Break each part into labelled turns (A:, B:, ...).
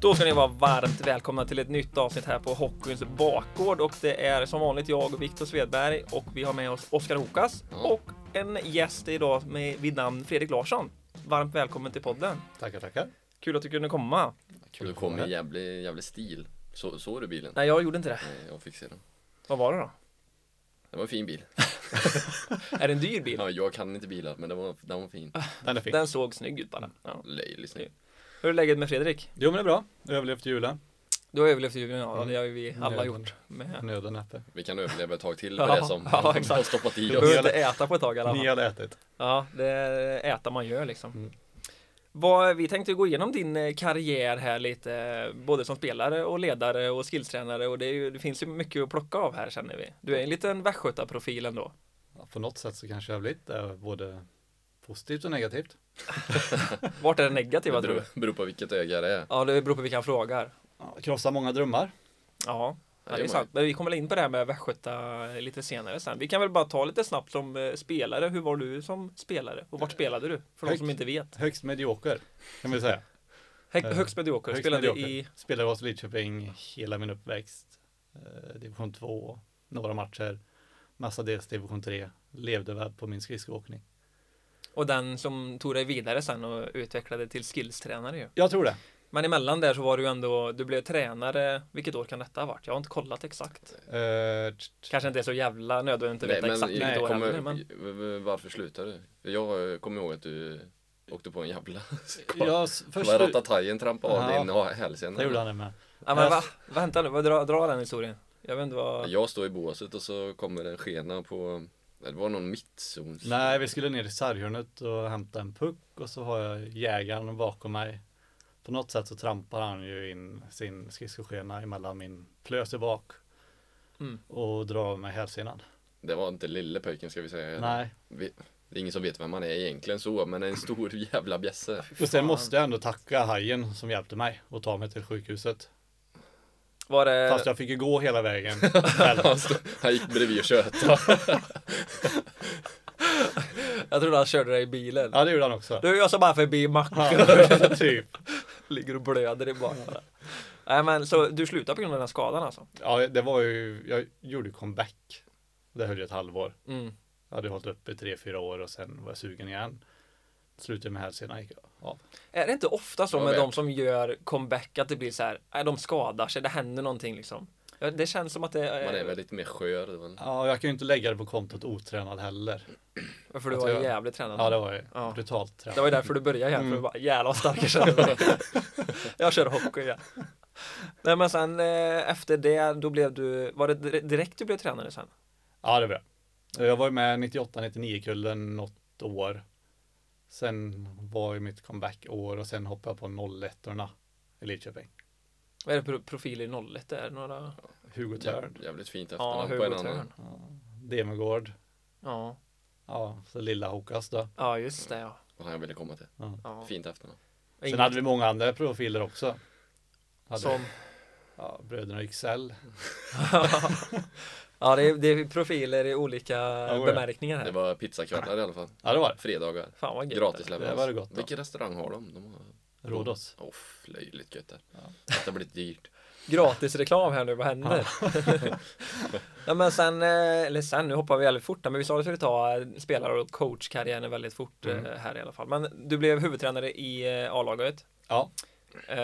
A: Då ska ni vara varmt välkomna till ett nytt avsnitt här på Hockeyns bakgård och det är som vanligt jag och Viktor Svedberg och vi har med oss Oskar Hokas och en gäst idag med, vid namn Fredrik Larsson. Varmt välkommen till podden.
B: Tackar, tackar.
A: Kul att du kunde komma.
B: Kul
C: Du
B: att
C: kom
B: vara
C: i
B: med.
C: jävlig, jävlig stil. Så, såg du bilen?
A: Nej, jag gjorde inte det.
C: Nej, jag fick se den.
A: Vad var det då?
C: Det var en fin bil.
A: Är det en dyr bil?
C: Ja, jag kan inte bilar, men det var, den var fin.
B: Den är fin.
A: Den såg snygg ut bara. Ja.
C: Löjlig snygg.
A: Hur är läget med Fredrik?
B: Jo, men det är bra. Överlevt julen.
A: Du har överlevt julen, ja.
B: Mm.
A: Det har ju vi alla
B: Nöden.
A: gjort. Med.
B: Nöden äter.
C: Vi kan överleva ett tag till
A: Ja,
C: med det som
A: ja,
C: de har
A: exakt.
C: stoppat i
A: Du
C: oss.
A: behöver inte äta på ett tag i alla fall.
B: Ni hade ätit.
A: Ja, det äta man gör liksom.
B: Mm.
A: Vad, vi tänkte gå igenom din eh, karriär här lite, eh, både som spelare och ledare och skillstränare och det, är ju, det finns ju mycket att plocka av här känner vi. Du är en liten västgötaprofil ändå.
B: Ja, på något sätt så kanske jag har blivit det, både positivt och negativt.
A: Vart är det
C: Det
A: negativa tror du?
C: beror, beror på vilket öga det är.
A: Ja, det beror på vilka han frågar.
B: Ja, krossa många drömmar.
A: Ja, ja, det är
C: man
A: sant. Men vi kommer väl in på det här med västgöta eh, lite senare sen. Vi kan väl bara ta lite snabbt som eh, spelare. Hur var du som spelare? Och vart spelade du? För de
B: Högt.
A: som inte vet.
B: Högst medioker, kan vi säga.
A: Hö-
B: Eh,
A: högst medioker.
B: högst
A: Spelade
B: medioker.
A: i...
B: Spelade i Ås Lidköping hela min uppväxt. Eh, Division 2, några matcher, mestadels division 3. Levde väl på min skridskoåkning.
A: Och den som tog dig vidare sen och utvecklade till skillstränare ju.
B: Jag tror det.
A: Men emellan där så var du ju ändå, du blev tränare, vilket år kan detta ha varit? Jag har inte kollat exakt.
B: Eh, t- t-
A: Kanske inte är så jävla nödvändigt att veta exakt vilket
B: nej,
A: år
C: kommer,
A: heller, men
C: v- v- varför slutade du? För Jag eh, kommer ihåg att du åkte på en jävla...
B: jag, s- först,
C: Först... Ratatajen trampade av
B: Ja.
C: din ha-
B: det gjorde
C: hälsena.
B: han det med.
A: Ja men va? Vänta nu, vad dra, dra den historien. Jag vet inte vad...
C: Jag står i båset och så kommer en skena på... Det var någon mittzons...
B: Nej, vi skulle ner i sarghörnet och hämta en puck och så har jag jägaren bakom mig. På något sätt så trampar han ju in sin skridskoskena emellan min plöse bak
A: Mm.
B: och drar av mig hälsenan.
C: Det var inte lille pöjken ska vi säga.
B: Nej,
C: Vi- Det är ingen som vet vem han är egentligen så, men en stor jävla bjässe.
B: och sen måste jag ändå tacka hajen som hjälpte mig och ta mig till sjukhuset.
A: Var det...
B: Fast jag fick ju gå hela vägen själv.
C: Han, stod, han gick bredvid och tjötade.
A: Jag trodde han körde dig i bilen.
B: Ja, det gjorde han också.
A: Du, jag såg bara förbi macken.
B: Ja, typ.
A: Ligger och blöder i bakgrunden. Nej men så du slutade på grund av den här skadan alltså?
B: Ja, det var ju, jag gjorde comeback. Det höll ju ett halvår.
A: Mm.
B: Jag hade hållit uppe i tre, fyra år och sen var jag sugen igen. Slutade med hälsenan gick av.
A: Är det inte ofta så
C: Jag
A: med
C: vet.
A: de som gör comeback att det blir så här, nej de skadar sig, det händer någonting liksom. Ja, Det känns som att det
C: Man är
A: är...
C: väl lite mer skör. det var-
B: Ja, jag kan ju inte lägga det på kontot otränad heller.
A: eh, För du
B: jag
A: var
B: tror jag-
A: jävligt tränad.
B: Ja, det var ju
A: Ja.
B: brutalt tränad.
A: Det var ju därför du började här, för du
B: Mm.
A: bara jävlar vad stark jag känner mig. Jag kör hockey igen. Nej men sen eh, efter det, då blev du, var det dir- direkt du blev tränare sen?
B: Ja, det var jag. Jag var ju med 98-99-kullen något år. Sen var ju mitt comeback-år och sen hoppade jag på 01-orna i Lidköping.
A: Vad är det för profil i 01 där? Några?
B: Hugo Törn,
C: Jäv- Jävligt fint
A: Ja,
C: efternamn på en
A: Hugo
C: annan.
A: Törn.
B: Demegård,
A: Ja.
B: ja, så lilla Hokas då.
A: ja, just det ja.
C: Vad han ville komma till.
A: ja.
C: Fint efternamn.
B: Sen
A: Ingen-
B: hade vi många andra profiler också. Hade
A: som...
B: ja, bröderna Yxell.
A: ja, det är, det är profiler i olika
B: det var det.
A: bemärkningar
C: Det
A: här.
C: var pizzakvällar i alla fall.
B: Ja, det var det.
C: Fredagar.
A: Fan vad gött.
C: Gratis
B: Det var det gott
C: leverans.
B: då.
C: Vilken restaurang har de? De har...
B: Rhodos.
C: Åh, f- löjligt gött där.
B: Ja.
C: Det har blivit dyrt.
A: Gratis reklam här nu, vad händer? ja, men sen, eh, eller sen, nu hoppar vi väldigt fort här, men vi sa att vi skulle ta eh, spelar och coachkarriären väldigt fort eh,
B: Mm.
A: här i alla fall. Men du blev huvudtränare i eh, A-laget.
B: Ja.
A: Eh,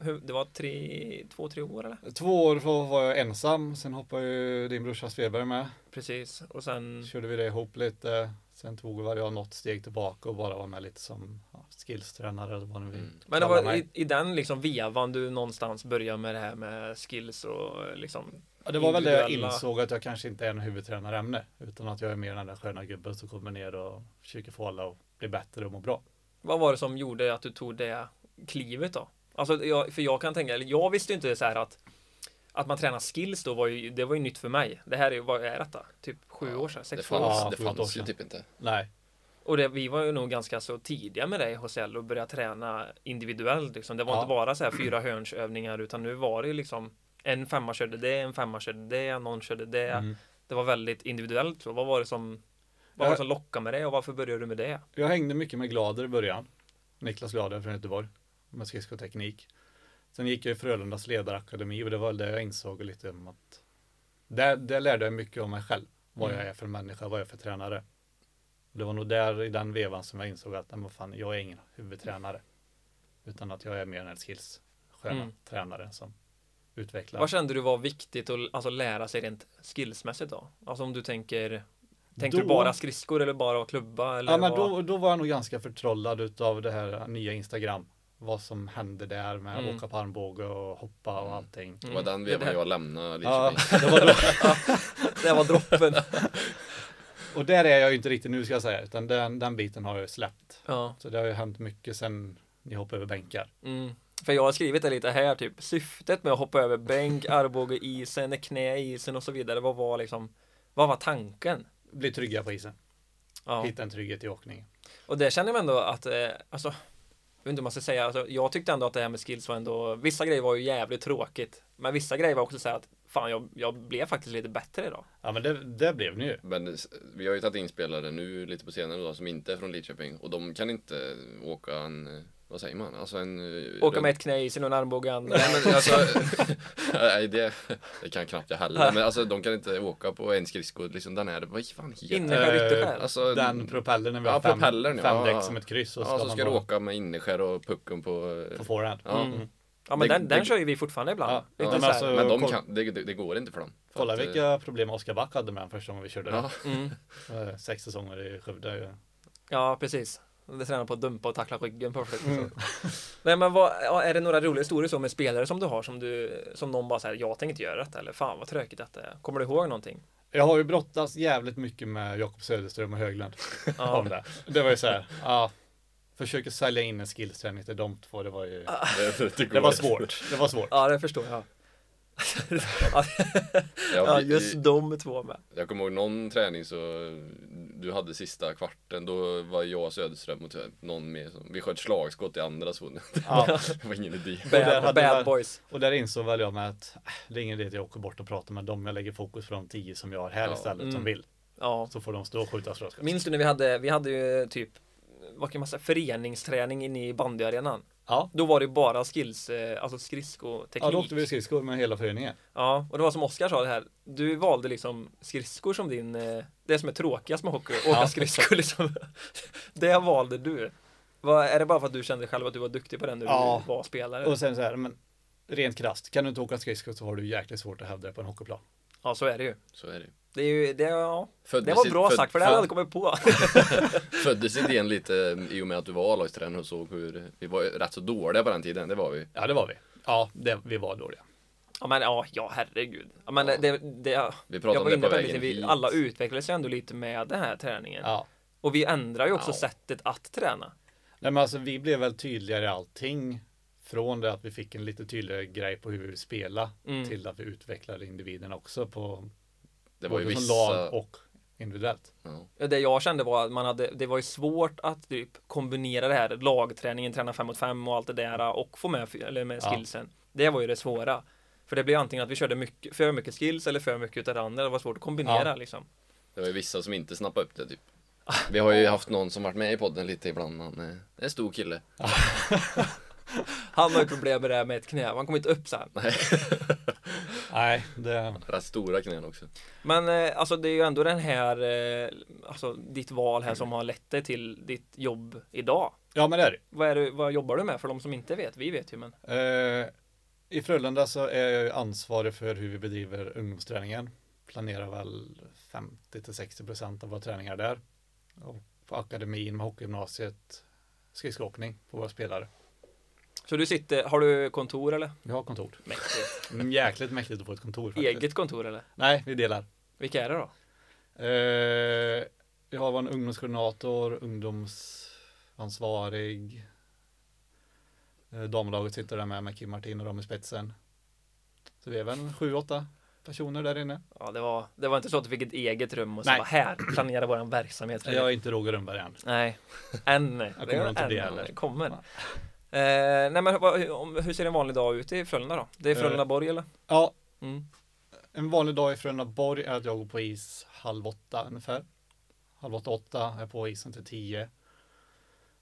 A: hur- Det var tre, två, tre år eller?
B: Två år var var jag ensam, sen hoppade ju din brorsa Svedberg med.
A: Precis, och sen
B: körde vi det ihop lite. Sen tog väl jag något steg tillbaka och bara var med lite som ja, skillstränare eller vad nu vi
C: Mm.
A: men det var
B: kallar
A: i, i den liksom vevan du någonstans började med det här med skills och eh, liksom
B: ja, Det var väl det jag
A: individuella-
B: insåg att jag kanske inte är en huvudtränarämne utan att jag är mer den där sköna gubben som kommer ner och försöker få alla att bli bättre och må bra.
A: Vad var det som gjorde att du tog det klivet då? Alltså, jag, för jag kan tänka, eller jag visste ju inte så här att att man tränar skills då var ju, det var ju nytt för mig. Det här är ju, vad är detta? Typ sju år sedan,
C: Det
A: sex sju år sedan.
C: fanns,
B: Ja,
C: det
B: sju, åtta år
C: fanns ju
B: sedan.
C: typ inte.
B: Nej,
A: Och det, vi var ju nog ganska så tidiga med dig HCL och började träna individuellt liksom. Det var
B: Ja.
A: inte bara så här fyra hörnsövningar utan nu var det ju liksom en femma körde det, en femma körde det, någon körde det.
B: Mm.
A: Det var väldigt individuellt. Så vad var det som vad var det
B: Jag-
A: som lockade med det och varför började du med det?
B: jag hängde mycket med Glader i början. Niklas Glader från Göteborg med skridskoteknik. Sen gick jag i Frölundas ledarakademi och det var det jag insåg lite om att där, där lärde jag mycket om mig själv. Vad
A: Mm.
B: jag är för människa, vad jag är för tränare. Och det var nog där i den vevan som jag insåg att nej, men fan, jag är ingen huvudtränare. Utan att jag är mer en skillssköna
A: Mm.
B: tränare som utvecklar.
A: Vad kände du var viktigt att alltså, lära sig rent skillsmässigt då? Alltså om du tänker Tänkte du
B: Då-
A: bara skridskor eller bara klubba? Eller
B: Ja men
A: vad? Mm.
B: då, då var jag nog ganska förtrollad utav det här nya Instagram. Vad som hände där med
A: Mm.
B: åka på armbåge och hoppa och
C: Mm.
B: allting.
C: Det
A: Mm.
C: var den
A: Det-
C: vevan
A: det-
C: jag lämnade
B: Ja,
C: Lidköping.
B: det var då,
A: Det var droppen.
B: och där är jag ju inte riktigt nu ska jag säga, utan den, den biten har jag ju släppt.
A: ja.
B: Så det har ju hänt mycket sen ni hoppade över bänkar.
A: Mm. För jag har skrivit det lite här typ Syftet med att hoppa över bänk, armbåge i isen, när knä i isen och så vidare Vad var liksom Vad var tanken?
B: Bli trygga på isen,
A: Ja.
B: hitta en trygghet i åkningen.
A: Och det känner jag ändå att eh, Alltså Jag vet inte om man ska säga alltså, Jag tyckte ändå att det här med skills var ändå Vissa grejer var ju jävligt tråkigt Men vissa grejer var också så här att Fan jag, jag blev faktiskt lite bättre idag
B: Ja men det, det blev ni ju.
C: Men s- vi har ju tagit in spelare nu lite på senare då som inte är från Lidköping och de kan inte åka en, eh, vad säger man, alltså en... eh,
A: Åka med
C: runt-
A: ett knä i isen och en armbåge i andra
C: Nej men alltså, nej det, det kan knappt jag heller. Men alltså de kan inte åka på en skridsko, liksom den här, vad fan heter den?
A: Innerskär,
B: Eh,
A: ytterskär
C: Alltså,
B: Den propellern är väl
C: Ja,
B: fem,
C: propellern, ja.
B: fem
C: Ja, ja.
B: däck som ett kryss och
C: Ja, så
B: man
C: ska du
B: bara
C: åka med innerskär och pucken på... eh,
B: på forehand.
C: Ja.
A: Mm. Ja men
C: Det-
A: den, den
C: det-
A: kör ju vi fortfarande ibland.
B: Ja,
A: Lite
C: men
A: så här.
B: alltså-
C: Men de
B: koll-
C: kan, det, det, det går inte för dem. För
B: Kolla
C: att, eh,
B: vilka problem Oskar Back hade med den första gången vi körde
C: Ja,
A: mm.
B: den. Eh, Sex säsonger i Skövde. eh,
A: ja precis. Det tränar på att dumpa och tackla ryggen på försök.
C: Mm.
A: så. Nej men vad, ja, är det några roliga historier så med spelare som du har som du som någon bara säger jag tänker inte göra detta eller fan vad tråkigt detta är. Kommer du ihåg någonting?
B: Jag har ju brottats jävligt mycket med Jakob Söderström och Höglund. Om det. det var ju så här, ja. Försöker sälja in en skillsträning till de två, det var ju...
C: det,
B: Det
C: går.
B: var svårt. Det var svårt.
A: Ja det förstår jag.
C: Ja,
A: ja,
C: vi-
A: just de två med.
C: Jag kommer ihåg någon träning så eh, du hade sista kvarten, då var jag Söderström mot någon mer som, vi sköt slagskott i andra zonen.
B: Ja.
C: Det var ingen idé.
B: där hade
A: Bad, bad
B: man-
A: boys.
B: Och där insåg väl jag med att äh, det är ingen idé att jag åker bort och pratar med dem. Jag lägger fokus på de tio som jag har här
C: Ja.
B: istället
A: Mm.
B: som vill.
A: Ja.
B: Så får de stå och skjuta slagskott.
A: Minns du när vi hade, vi hade ju typ vad kan man säga, föreningsträning inne i bandyarenan.
B: Ja.
A: Då var det bara skills, eh, alltså skridskoteknik.
B: Ja, då åkte vi skridskor med hela föreningen.
A: Ja, och det var som Oskar sa det här. Du valde liksom skridskor som din, eh, det som är tråkigast med hockey, åka
B: Ja.
A: skridskor liksom. Det valde du. Vad- är det bara för att du kände själv att du var duktig på den när
B: Ja.
A: du var spelare?
B: Och sen så här, men rent krasst, kan du inte åka skridskor så har du jäkligt svårt att hävda dig på en hockeyplan.
A: Ja, så är det ju.
C: Så är det ju.
A: Det, är ju, det, ja,
C: Föddes
A: det var
C: i-
A: bra
C: föd-
A: sagt, för det hade jag
C: föd-
A: aldrig kommit på.
C: Föddes idén lite eh, i och med att du var A-lagstränare och såg hur, vi var ju rätt så dåliga på den tiden, det var vi.
B: Ja, det var vi. Ja, det, vi var dåliga.
A: Ja, men ja, ja herregud. Ja, men
C: Ja.
A: det, det, jag
C: Vi
A: var
C: pratade om det
A: inne
C: på
A: på det
C: vägen
A: lite, vi,
C: hit.
A: alla utvecklades ju ändå lite med den här träningen.
B: Ja.
A: Och vi ändrar ju också
C: Ja.
A: sättet att träna.
B: Nej men alltså vi blev väl tydligare i allting från det att vi fick en lite tydligare grej på hur vi vill spela
A: Mm.
B: till att vi utvecklade individerna också på
C: Det var ju
B: både som
C: vissa...
B: lag och individuellt.
C: Ja.
A: Det jag kände var att man hade, det var ju svårt att typ kombinera det här lagträningen, träna fem mot fem och allt det där och få med, eller med
B: Ja.
A: skillsen. Det var ju det svåra. För det blev antingen att vi körde mycket, för mycket skills eller för mycket utav det andra. Det var svårt att kombinera
B: Ja.
A: liksom.
C: Det var ju vissa som inte snappade upp det typ. Vi har ju haft någon som varit med i podden lite ibland, han eh, är en stor kille.
A: Han har ju problem med det här med ett knä, man kom inte upp så här.
B: Nej, det...
C: Rätt stora knän också.
A: Men eh, alltså det är ju ändå den här, eh, alltså ditt val här som har lett dig till ditt jobb idag.
B: Ja men det är det.
A: Vad, är du, vad jobbar du med för de som inte vet? Vi vet ju men.
B: Eh, I Frölunda så är jag ju ansvarig för hur vi bedriver ungdomsträningen. Planerar väl 50 till 60 procent av våra träningar där. Och på akademin med hockeygymnasiet skridskoåkning på våra spelare.
A: Så du sitter, har du kontor eller?
B: Vi har kontor.
A: Mäktigt.
B: Mm, Jäkligt mäktigt att få ett kontor faktiskt.
A: Eget kontor eller?
B: Nej, vi delar.
A: Vilka är det då?
B: Eh, vi har en ungdomskoordinator, ungdomsansvarig. Eh, damlaget sitter där med, med Kim Martin och dem i spetsen. Så vi är väl sju, åtta personer där inne.
A: Ja, det var, det var inte så att du fick ett eget rum och så
B: Nej.
A: bara här, planera våran verksamhet.
B: Jag är inte Roger Rönnberg än.
A: Nej, än. Jag
B: kommer inte bli heller.
A: Det kommer.
B: Nej.
A: Eh, nej, men vad, hur, om- hur ser en vanlig dag ut i Frölunda då? Det är
B: Eh.
A: Frölunda Borg eller?
B: Ja,
A: Mm.
B: en vanlig dag i Frölundaborg är att jag går på is halv åtta ungefär. Halv åtta, åtta, är på isen till tio.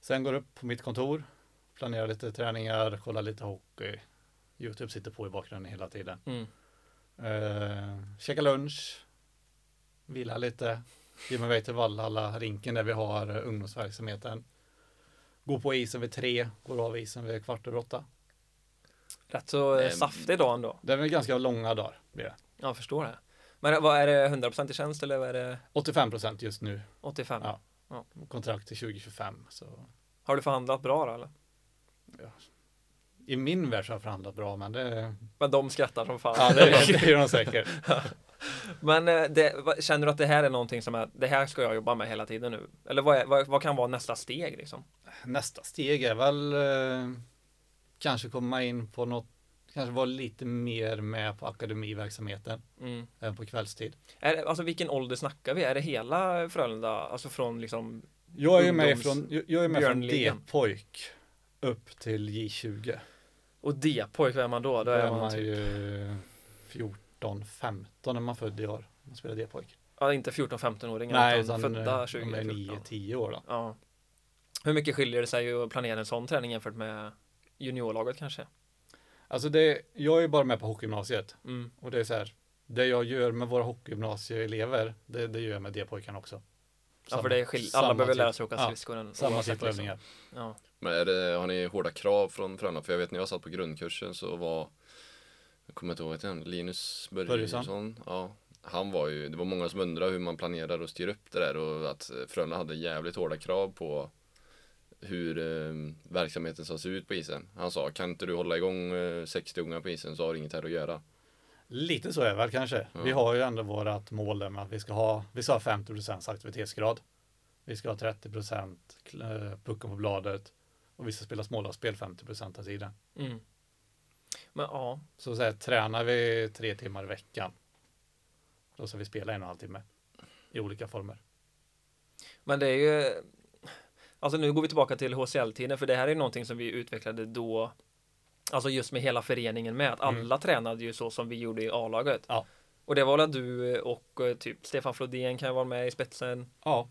B: Sen går jag upp på mitt kontor, planerar lite träningar, kollar lite hockey. Youtube sitter på i bakgrunden hela tiden.
A: Mm.
B: Eh, käka lunch, vila lite, ge mig iväg till Vallhalla, rinken där vi har eh, ungdomsverksamheten. Gå på isen vid tre, går av isen vid kvart över åtta.
A: Rätt så eh,
C: Ehm.
A: saftig dag ändå.
B: Det är väl ganska långa dagar. Blir det.
A: Jag förstår det. Men vad är det 100% i tjänst eller vad är det
B: 85 procent just nu,
A: 85?
B: Ja. kontrakt till 2025. Så
A: Har du förhandlat bra då eller?
B: i min värld så har jag förhandlat bra, men det,
A: Men de skrattar som fan.
B: ja, det, är- det är de säkert.
A: Men eh, det, vad- känner du att det här är någonting som är, det här ska jag jobba med hela tiden nu? Eller vad, är, vad, vad kan vara nästa steg liksom?
B: Nästa steg är väl eh, kanske komma in på något, kanske vara lite mer med på akademiverksamheten,
A: Mm.
B: även på kvällstid.
A: Är det, alltså vilken ålder snackar vi? Är det hela Frölunda? Alltså från liksom,
B: Jag är ju med
A: Ungdoms-
B: från, jag- jag är med från
A: Björnligan.
B: D-pojk upp till J20.
A: och D-pojk, vem är man då? Då
B: Då
A: är
B: man
A: man typ,
B: ju 14, 15 när man född i år. Man spelar D-pojk.
A: ja, inte 14-15-åringar
B: Nej,
A: utan
B: utan
A: födda
B: de är typ.
A: 2014.
B: 9-10 år då.
A: Ja. Hur mycket skiljer det sig att planera en sån träning jämfört med juniorlaget kanske?
B: Alltså det, jag är ju bara med på hockeygymnasiet
A: Mm.
B: och det är så här, det jag gör med våra hockeygymnasieelever, det, det gör jag med D-pojkarna också.
A: Ja, för det är skill-
B: samma
A: alla behöver lära
B: typ-
A: sig åka
B: ja,
A: skridskor. ändå,
B: Samma
A: oavsett
B: typ av övningar.
A: Liksom. Ja.
C: Men är det, har ni hårda krav från föräldrarna? För jag vet när jag satt på grundkursen så var Jag kommer inte ihåg vad han Linus
B: Börjesson.
C: Börjesson ja, Han var ju, det var många som undrade hur man planerar och styr upp det där och att Frölunda hade jävligt hårda krav på hur eh, verksamheten ska se ut på isen. Han sa, kan inte du hålla igång eh, 60 unga på isen så har du inget här att göra.
B: Lite så är det väl kanske.
C: Ja.
B: Vi har ju ändå vårat mål där med att vi ska ha, vi ska ha 50 aktivitetsgrad. Vi ska ha 30 kl- eh, pucken på bladet och vi ska spela smålagsspel 50 av tiden.
A: Mm. Men ja,
B: Så, så här, tränar vi tre timmar i veckan. Då ska vi spela en och en halv timme i olika former.
A: men det är ju Alltså nu går vi tillbaka till HCL-tiden för det här är ju någonting som vi utvecklade då Alltså just med hela föreningen med att alla tränade ju så som vi gjorde i A-laget
B: Ja.
A: Och det var väl du och eh, typ Stefan Flodén kan vara med i spetsen
B: Ja,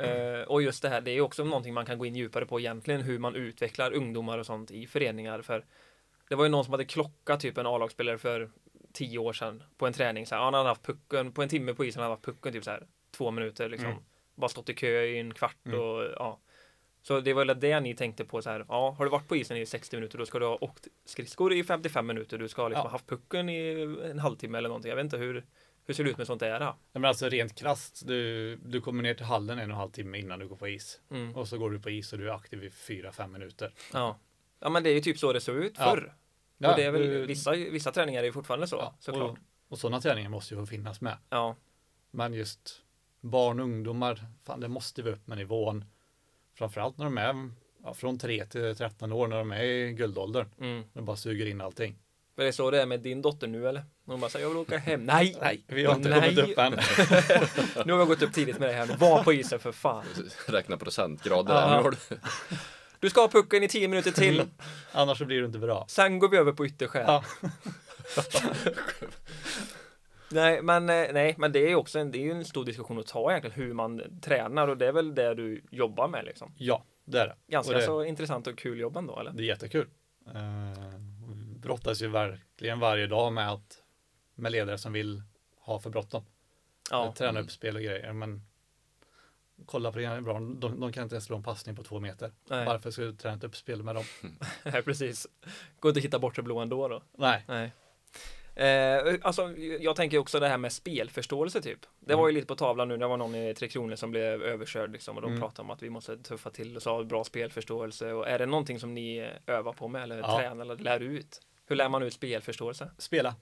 A: Eh, och just det här, det är ju också någonting man kan gå in djupare på egentligen, hur man utvecklar ungdomar och sånt i föreningar. För det var ju någon som hade klockat typ en A-lagsspelare för tio år sedan på en träning. Så här, han hade haft pucken, på en timme på isen hade han haft pucken typ så här två minuter liksom.
B: Mm.
A: Bara stått i kö i en kvart
B: Mm.
A: och ja. Så det var väl det ni tänkte på så här, ja, har du varit på isen i 60 minuter då ska du ha åkt skridskor i 55 minuter, du ska ha liksom
B: Ja.
A: haft pucken i en halvtimme eller någonting. Jag vet inte hur, hur ser det ut med sånt där? Mm. då?
B: Nej, men alltså rent krasst, du, du kommer ner till hallen en och en halv timme innan du går på is.
A: Mm.
B: Och så går du på is och du är aktiv i fyra, fem minuter.
A: Ja. ja, men det är ju typ så det såg ut
B: Ja.
A: förr. och det är väl, vissa, vissa träningar är ju fortfarande så,
B: ja,
A: såklart.
B: Och, och sådana träningar måste ju få finnas med.
A: Ja,
B: Men just barn och ungdomar, fan det måste vi upp med nivån. Framförallt när de är ja, från 3 till 13 år, när de är i guldåldern.
A: mm.
B: De bara suger in allting.
A: Men det är så det är med din dotter nu eller? Hon bara säger jag vill åka hem. Nej!
B: Nej, vi har inte
A: Nej.
B: kommit upp än.
A: Nu har jag gått upp tidigt med det här. Var på isen för fan.
C: Räkna procentgrader
A: Ja.
C: där. Nu har du-
A: Du ska ha pucken i 10 minuter till.
B: Annars så blir det inte bra.
A: Sen går vi över på ytterskär.
B: Ja.
A: nej, men, eh, nej, men det är ju också en, det är ju en stor diskussion att ta egentligen hur man tränar och det är väl det du jobbar med liksom.
B: Ja, det är det.
A: Ganska
B: Och det-
A: så intressant och kul jobb ändå eller?
B: Det är jättekul. Eh, brottas ju verkligen varje dag med att med ledare som vill ha för bråttom.
A: Ja.
B: Träna
C: Mm.
B: upp spel och grejer. Men kolla på det är bra. De, de kan inte ens slå en passning på två meter.
A: Nej,
B: Varför ska du träna inte upp spel med dem?
A: precis. Går inte att hitta bort det blå ändå då.
B: Nej,
A: Nej. Eh, alltså, jag tänker också det här med spelförståelse typ. Det
B: Mm.
A: var ju lite på tavlan nu, det var någon i Tre Kronor som blev överkörd liksom och de
B: Mm.
A: pratade om att vi måste tuffa till oss och ha bra spelförståelse. Och är det någonting som ni eh, övar på med eller
B: Ja.
A: tränar eller lär ut? Hur lär man ut spelförståelse?
B: spela.
A: Ja,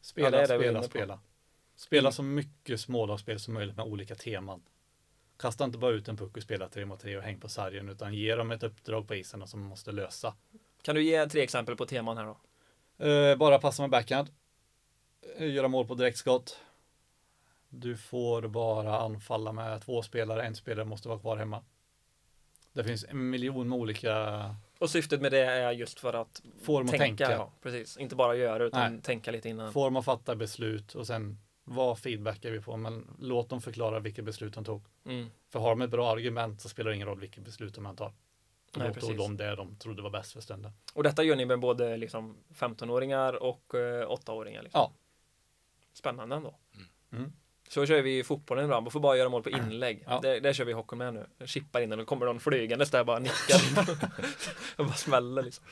A: det
B: Spela,
A: är det vi är
B: spela,
A: inne på. Mm.
B: spela. Spela så mycket smålagsspel som möjligt med olika teman. Kasta inte bara ut en puck och spela tre mot tre och häng på sargen utan ge dem ett uppdrag på isen som de måste lösa.
A: Kan du ge tre exempel på teman här då?
B: Eh, bara passa med backhand. Eh, Göra mål på direktskott. Du får bara anfalla med två spelare, en spelare måste vara kvar hemma. Det finns en miljon med olika
A: Och syftet med det är just för att
B: form att
A: tänka,
B: tänka,
A: Ja, precis. inte bara göra utan
B: Nej.
A: tänka lite innan.
B: form att fatta beslut och sen vad feedbackar vi på, men låt dem förklara vilket beslut de tog.
A: Mm.
B: För har de ett bra argument så spelar det ingen roll vilket beslut de än tar. Och
A: Nej,
B: då tog
A: precis.
B: de det de trodde var bäst för stunden.
A: Och detta gör ni med både liksom 15-åringar och eh, 8-åringar? Liksom.
B: Ja.
A: Spännande ändå.
B: Mm.
A: Så kör vi ju fotbollen ibland, man får bara göra mål på inlägg.
B: Ja.
A: Det, det kör vi hockey med nu. Jag Chippar in den och kommer någon flygandes där och bara nickar. och bara smäller liksom.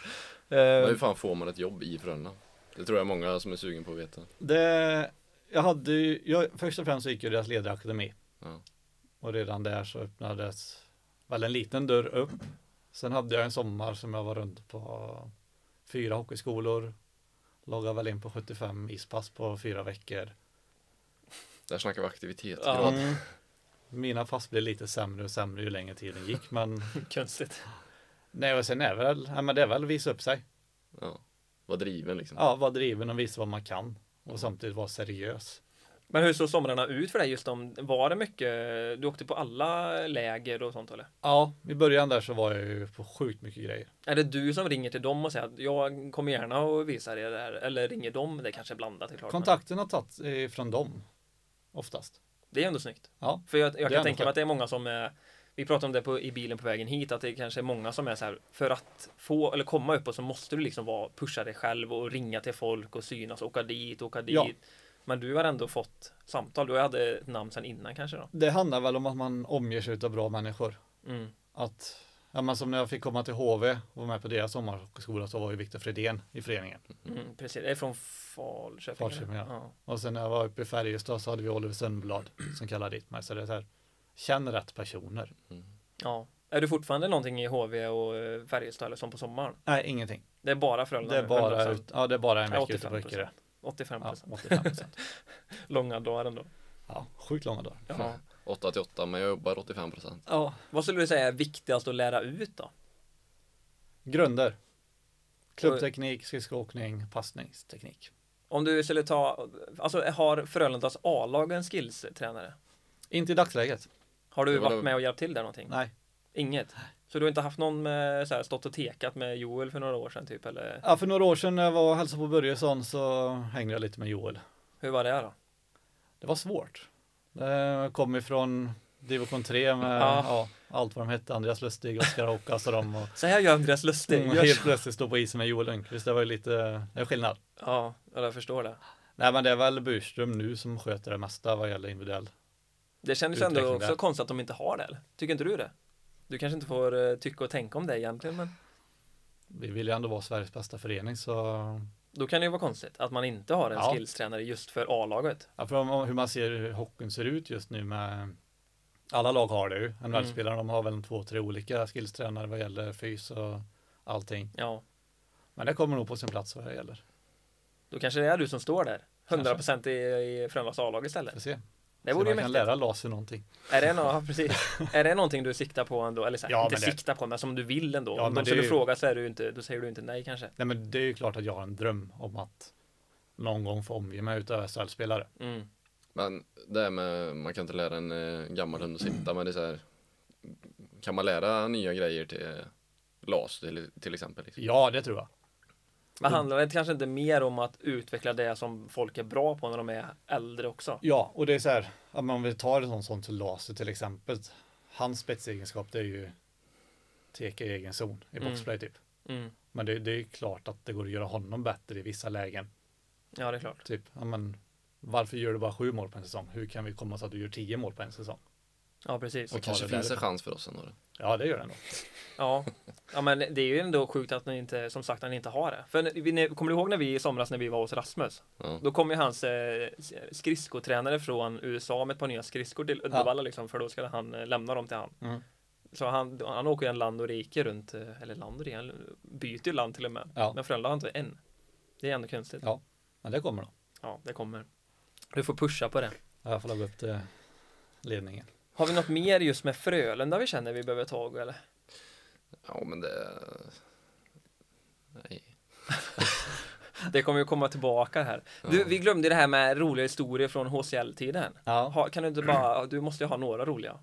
C: Men
A: Eh,
C: hur fan får man ett jobb i Frölunda? Det tror jag många som är sugen på att veta.
B: Det, jag hade ju, jag, först och främst så gick ju deras ledarakademi.
C: Ja.
B: Och redan där så öppnades väl en liten dörr upp. Sen hade jag en sommar som jag var runt på fyra hockeyskolor. Loggade väl in på 75 ispass på fyra veckor.
C: Där snackar vi aktivitet.
A: Ja.
C: grad.
B: Mm. Mina pass blev lite sämre och sämre ju längre tiden gick. Men,
A: konstigt.
B: nej, och sen är väl, ja, men det är väl visa upp sig.
C: Ja. Var driven liksom.
B: Ja, vara driven och visa vad man kan. Och samtidigt vara seriös.
A: Men hur såg somrarna ut för dig just om, var det mycket, du åkte på alla läger och sånt eller?
B: Ja, i början där så var jag ju på sjukt mycket grejer.
A: Är det du som ringer till dem och säger att jag kommer gärna och visar er det här? Eller ringer de? Det kanske är blandat det är klart. men
B: Kontakten har tagits eh, från dem. Oftast.
A: Det är ändå snyggt.
B: Ja,
A: För jag, jag
B: ändå
A: kan tänka mig
B: skönt.
A: att det är många som är, vi pratade om det på, i bilen på vägen hit, att det kanske är många som är så här, för att få eller komma upp och så måste du liksom vara, pusha dig själv och ringa till folk och synas, åka dit, åka dit.
B: Ja.
A: Men du har ändå fått samtal, du hade ett namn sedan innan kanske då?
B: Det handlar väl om att man omger sig av bra människor.
A: Mm.
B: Att, ja, men som när jag fick komma till HV och vara med på deras sommarskola så var ju Viktor Fredén i föreningen.
A: Mm, precis, det är från Falköping.
B: Falköping,
A: eller?
B: ja. Och sen när jag var uppe i Färjestad så hade vi Oliver Sundblad som kallade dit mig. Så det är så här, känn rätt personer.
A: ja. Är du fortfarande någonting i HV och eh, Färjestad eller som på sommaren?
B: Nej, ingenting.
A: Det är bara Frölunda?
B: Det är
A: nu,
B: bara,
A: 100%.
B: ut, ja, det är bara en
A: Ja,
B: vecka ute på
A: 85%.
B: Öckerö.
A: 85
B: Ja,
A: procent.
B: 85
A: Långa dagar ändå.
B: Ja, sjukt långa dagar.
A: Ja.
C: 8 till 8 men jag jobbar 85 procent.
B: Ja,
A: Vad skulle du säga är viktigast att lära ut då?
B: grunder. Klubbteknik, skridskoåkning, passningsteknik.
A: Om du skulle ta, alltså har Frölundas A-lag en skillstränare?
B: Inte i dagsläget.
A: Har du
C: Det var
A: varit
C: då-
A: med och hjälpt till där någonting?
B: Nej.
A: Inget? Så du har inte haft någon med, så här, stått och tekat med Joel för några år sedan typ eller?
B: Ja, för några år sedan när jag var och hälsade på Börjesson så hängde jag lite med Joel.
A: Hur var det då?
B: Det var svårt. Det kom ifrån division 3 med
A: Ja.
B: ja. allt vad de hette, Andreas Lustig, Oskar Håkas och dem. Och,
A: Så här gör Andreas Lustig.
B: och
A: Gör så.
B: helt plötsligt stå på isen med Joel Lundqvist, det var ju lite det är skillnad.
A: Ja, ja, jag förstår det.
B: Nej, men det är väl Burström nu som sköter det mesta vad gäller individuell.
A: Det kändes ju ändå
B: Utveckling
A: också
B: där.
A: konstigt att de inte har det eller? Tycker inte du det? Du kanske inte får eh, tycka och tänka om det egentligen men
B: Vi vill ju ändå vara Sveriges bästa förening, så
A: då kan det ju vara konstigt att man inte har en
B: Ja.
A: skillstränare just för A-laget.
B: ja, för om, hur man ser hur hockeyn ser ut just nu med alla lag har det ju. NHL-spelarna de har väl en två, tre olika skillstränare vad gäller fys och allting.
A: Ja,
B: Men det kommer nog på sin plats vad det gäller.
A: då kanske det är du som står där. 100% i, i Frölundas A-lag istället.
B: Får se.
A: Det
B: se om
A: vore ju
B: jag kan
A: mäktigt.
B: lära Lasse någonting.
A: Är det, nå- ja, precis. är det någonting du siktar på ändå? Eller så här,
B: Ja,
A: inte
B: men det-
A: siktar på, men som du vill ändå?
B: Ja,
A: Om
B: men
A: de
B: det
A: skulle
B: är ju-
A: fråga så är du inte, då säger du inte nej kanske?
B: Nej men det är ju klart att jag har en dröm om att någon gång få omge mig utav SHL-spelare.
A: Mm.
C: Men det här med, man kan inte lära en eh, gammal hund att sitta men det är så här, Kan man lära nya grejer till eh, LAS till, till exempel? Liksom?
B: Ja, det tror jag. Mm.
A: Men handlar det kanske inte mer om att utveckla det som folk är bra på när de är äldre också?
B: Ja, och det är så här, ja, men om vi tar en sån som till Laser till exempel. Hans spetsegenskap det är ju teka i egen zon i
A: Mm.
B: boxplay typ.
A: Mm.
B: Men det, det är ju klart att det går att göra honom bättre i vissa lägen.
A: Ja, det är klart.
B: Typ, ja, men varför gör du bara sju mål på en säsong? Hur kan vi komma så att du gör tio mål på en säsong?
A: Ja, precis.
C: Så
B: Och ta
C: kanske
B: det
C: finns
B: där.
C: en chans för oss ändå.
B: Ja, det gör den nog.
A: Ja. ja, men det är ju ändå sjukt att ni inte, som sagt, att ni inte har det. För när- vi- ni, kommer du ihåg när vi i somras när vi var hos Rasmus?
C: Ja.
A: Då kom ju hans eh, skridskotränare från USA med ett par nya skridskor till Uddevalla liksom, för då skulle han eh, lämna dem till han.
B: Mm.
A: Så han, han åker ju en land och rike runt, eh, eller land och rike, han byter ju land till och med.
B: Ja.
A: Men Frölunda har inte en. Det är ändå konstigt. Ja.
B: Ja. Men det kommer nog.
A: det kommer. Du får pusha på det.
B: Jag får lägga upp till ledningen.
A: Har vi något mer just med Frölunda vi känner vi behöver tag i, eller?
C: ja men det Nej
A: Det kommer ju komma tillbaka här. Du, vi glömde det här med roliga historier från HCL-tiden.
B: Ja.
A: Ha, kan du inte bara, du måste ju ha några roliga.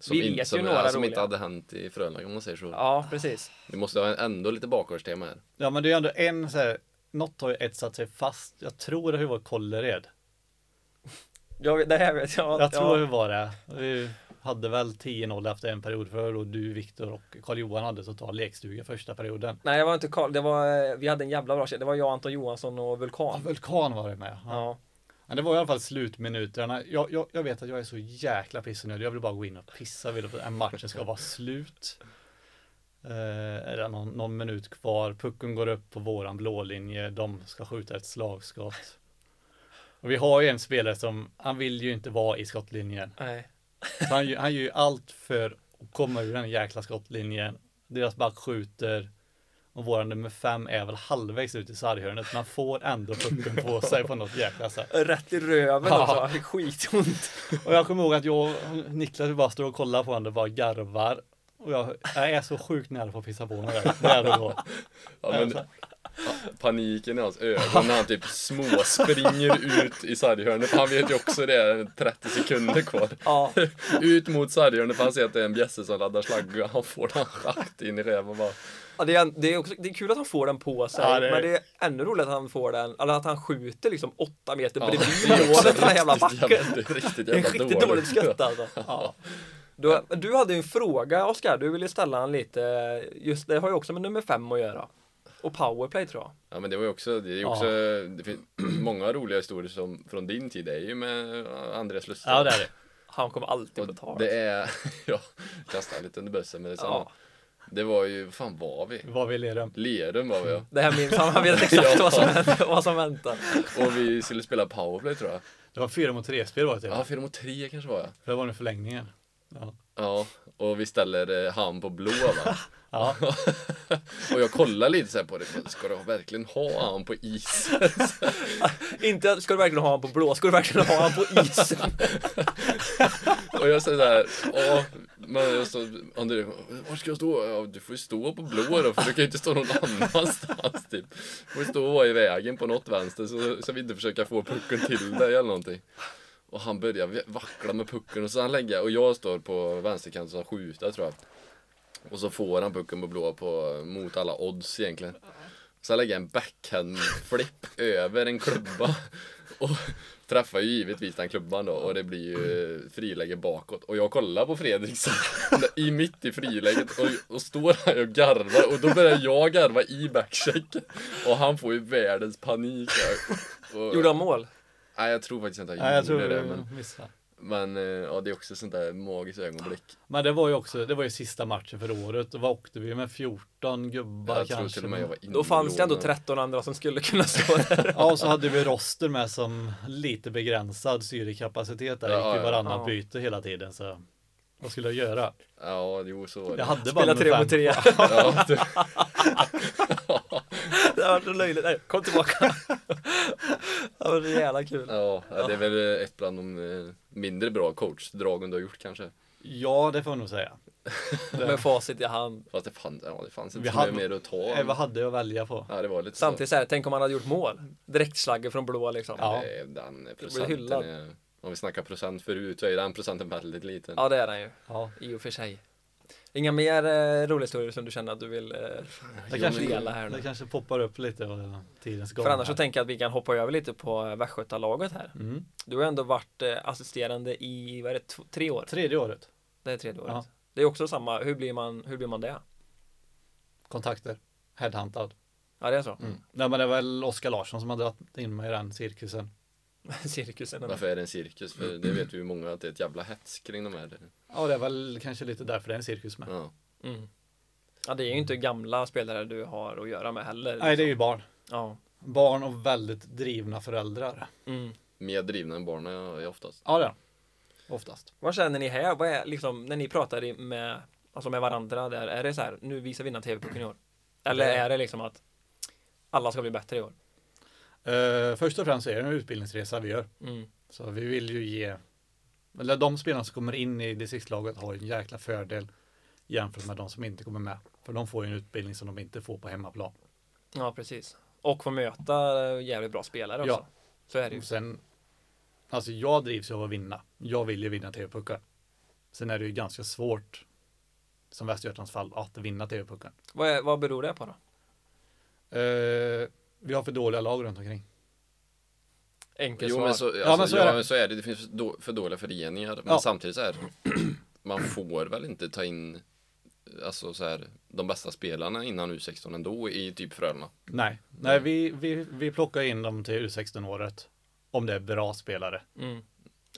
C: som,
A: Vi vet ju
C: inte, som,
A: några
C: ja, som
A: roliga.
C: inte hade hänt i Frölunda om man säger så
A: Ja, precis.
C: Vi måste ha ändå lite bakgårdstema här
B: Ja men det är ändå en så här, något har ju etsat sig fast. Jag tror det var Kållered.
A: Jag, vet- det här vet jag.
B: Jag
A: ja.
B: tror det var det. Vi hade väl 10-0 efter en period för och du, Viktor och Karl-Johan hade total lekstuga första perioden.
A: Nej, det var inte Karl. Det var, eh, vi hade en jävla bra kedja. Det var jag, Anton Johansson och
B: Ja,
A: Vulkan.
B: Vulkan var det med. Ja.
A: Ja.
B: Men det var i alla fall slutminuterna. Jag, jag, jag vet att jag är så jäkla pissnödig. Jag vill bara gå in och pissa. Jag vill att den här matchen ska vara slut. Eh, är det någon, någon minut kvar? Pucken går upp på våran blålinje. De ska skjuta ett slagskott. Och vi har ju en spelare som, han vill ju inte vara i skottlinjen.
A: Nej.
B: Så han, gör- han gör ju allt för att komma ur den jäkla skottlinjen. Deras back skjuter. Och våran nummer fem är väl halvvägs ut i sarghörnet. Man får ändå pucken på sig på något jäkla sätt.
A: Rätt i röven
B: Ja.
A: också. Jag fick skitont.
B: Och jag kommer ihåg att jag och Niklas vi bara står och kollar på honom och bara garvar. Och jag, jag är så sjukt nära på att pissa på mig där, där och då.
C: Ja, men, paniken i hans ögon när han typ småspringer ut i sarghörnet. Han vet ju också det är 30 sekunder kvar.
A: Ja.
C: Ut mot sarghörnet för han ser att det är en bjässe som laddar slagg. Han får den rakt in i räven bara.
A: Ja, det, är, det, är också, det är kul att han får den på sig,
B: Ja, det är-
A: men det är ännu roligare att han får den, eller att han skjuter liksom åtta meter
C: Ja,
A: bredvid
C: det är också
A: målet, den här jävla
C: riktigt
A: backen.
C: jävla- det är riktigt
A: Det är en
C: jävla
A: riktigt dåligt skott alltså.
B: Ja.
A: Du, du hade ju en fråga, Oskar, du ville ställa han lite, just det har ju också med nummer fem att göra. Och powerplay tror jag.
C: Ja men det var ju också, det är ju också, det finns många roliga historier som från din tid är ju med Andreas Lustig.
B: ja, det är det.
A: Han kommer alltid på
C: Och
A: tal.
C: det är, ja, kasta lite under bussen men det är sant.
A: Ja,
C: Det var ju, vad fan var vi?
B: Vad vill Lerum?
C: Lerum var vi ja.
A: det här minns han, han vet exakt
C: Ja.
A: vad, som händer, vad som väntar.
C: Och vi skulle spela powerplay tror jag.
B: Det var fyra mot tre spel var det till.
C: Ja, fyra mot tre kanske var jag.
B: Det var nu förlängningen. Ja.
C: Ja, och vi ställer eh, han på blå va.
B: Ja.
C: Och jag kollar lite så här på det, ska du verkligen ha han på is?
A: Inte, att- ska du verkligen ha han på blå? Ska du verkligen ha han på isen?
C: Och jag säger så här, ja, men jag står, André, var ska jag stå? Ja, du får ju stå på blå då, för du kan ju inte stå någon annanstans typ. Du får ju stå och vara i vägen på något vänster så, så vi inte försöker få pucken till dig eller någonting. Och han börjar vackla med pucken och sen lägger jag- och jag står på vänsterkanten som skjuter tror jag. Och så får han pucken på blå på, mot alla odds egentligen. Sen lägger jag en backhand-flipp över en klubba. Och träffar ju givetvis den klubban då och det blir ju eh, friläge bakåt. Och jag kollar på Fredriksson i mitt i friläget och, och står här och garvar och då börjar jag garva i backchecken. Och han får ju världens panik. här. Och,
A: Gjorde han mål?
C: Nej jag tror faktiskt inte han
B: Ja, jag tror
C: gjorde det.
B: du
C: Men,
B: missade.
C: men eh, ja, det är också sånt där magiskt ögonblick.
B: Men det var ju också, det var ju sista matchen för året. Och vad åkte vi med? 14 gubbar
C: Jag tror
B: kanske?
C: till och med jag var inne
A: Då fanns det ändå
C: i
A: 13 andra som skulle kunna stå där.
B: Ja, och så hade vi roster med som lite begränsad syrekapacitet där.
C: Ja,
B: gick ju
C: ja,
B: varannan
A: ja.
B: byte hela tiden. Så vad skulle jag göra?
C: Ja, jo så var
B: Jag
C: det.
B: hade bara
A: Spela
B: nummer
A: tre
B: fem
A: mot tre.
C: Ja, det-
A: Det var så löjligt. Nej, kom tillbaka. Det var så jävla kul.
C: Ja, det är väl ett bland de eh, mindre bra coachdragen du har gjort kanske.
B: Ja, det får jag nog säga.
A: Med facit i hand.
C: Fast det fanns, ja, det fanns
B: Vi
C: inte
B: hade-
C: så mycket mer att ta.
B: Eh, Vad hade jag att välja på?
C: Ja, det var lite
A: Samtidigt så här, tänk om han hade gjort mål. Direktslagger från blå liksom.
B: Ja.
A: Ja,
C: så. Eh, Den procenten
A: hyllad.
C: är, om vi snackar procent förut så är den procenten väldigt liten.
A: det är han ju.
B: Ja,
A: I och för sig. Inga mer eh, roliga historier som du känner att du vill eh,
B: det,
C: Jo,
B: kanske,
C: men-
A: dela här
B: det
A: nu.
B: kanske poppar upp lite och tidens gång.
A: För annars så
B: här.
A: tänker jag att vi kan hoppa över lite på eh, Västgötalaget här.
B: mm.
A: Du har ändå varit eh, assisterande i, vad är det, tv- tre år?
B: Tredje året,
A: Det är tredje året.
B: Ja.
A: Det är också samma, hur blir man, hur blir man det?
B: kontakter, headhuntad.
A: Ja, det är så.
B: Mm. Nej, men det var väl Oskar Larsson som hade dragit in mig i den cirkusen.
A: Cirkusen.
C: Varför är det en cirkus? För det vet vi ju många att det är ett jävla hets kring de här.
B: Ja, det är väl kanske lite därför det är en cirkus med.
C: Ja.
A: Mm. Ja, det är ju inte gamla spelare du har att göra med heller.
B: Mm. Nej, det är ju
A: liksom.
B: barn.
A: Ja.
B: Barn och väldigt drivna föräldrar.
A: Mm.
C: Mer drivna än barnen är oftast.
B: Ja, det är de. Oftast.
A: Vad känner ni här? Vad är liksom när ni pratar i- med, alltså med varandra där? Är det så här, nu visar vi innan TV-pucken i år? Eller
B: Det-
A: är det liksom att alla ska bli bättre i år?
B: Eh, först och främst är det en utbildningsresa vi gör.
A: Mm.
B: Så vi vill ju ge, eller de spelarna som kommer in i distriktslaget har ju en jäkla fördel jämfört med de som inte kommer med. För de får ju en utbildning som de inte får på hemmaplan.
A: Ja, precis. Och få möta eh, jävligt bra spelare också.
B: Ja.
A: Ja. Så är det ju.
B: Och sen, alltså jag drivs ju av att vinna. Jag vill ju vinna TV-puckar. Sen är det ju ganska svårt, som Västergötlands fall, att vinna TV-pucken.
A: Vad, är, vad beror det på då?
B: Eh, vi har för dåliga lag runt omkring.
A: Enkelt
C: Jo
A: svar.
C: men så, alltså,
B: men så är
C: ja,
B: det.
C: men så är det. Det finns då, för dåliga föreningar. Men
B: Ja.
C: samtidigt så är man får väl inte ta in alltså så här, de bästa spelarna innan U16 ändå i typ Frölunda.
B: Nej, nej vi, vi, vi plockar in dem till U16-året. Om det är bra spelare.
A: Mm.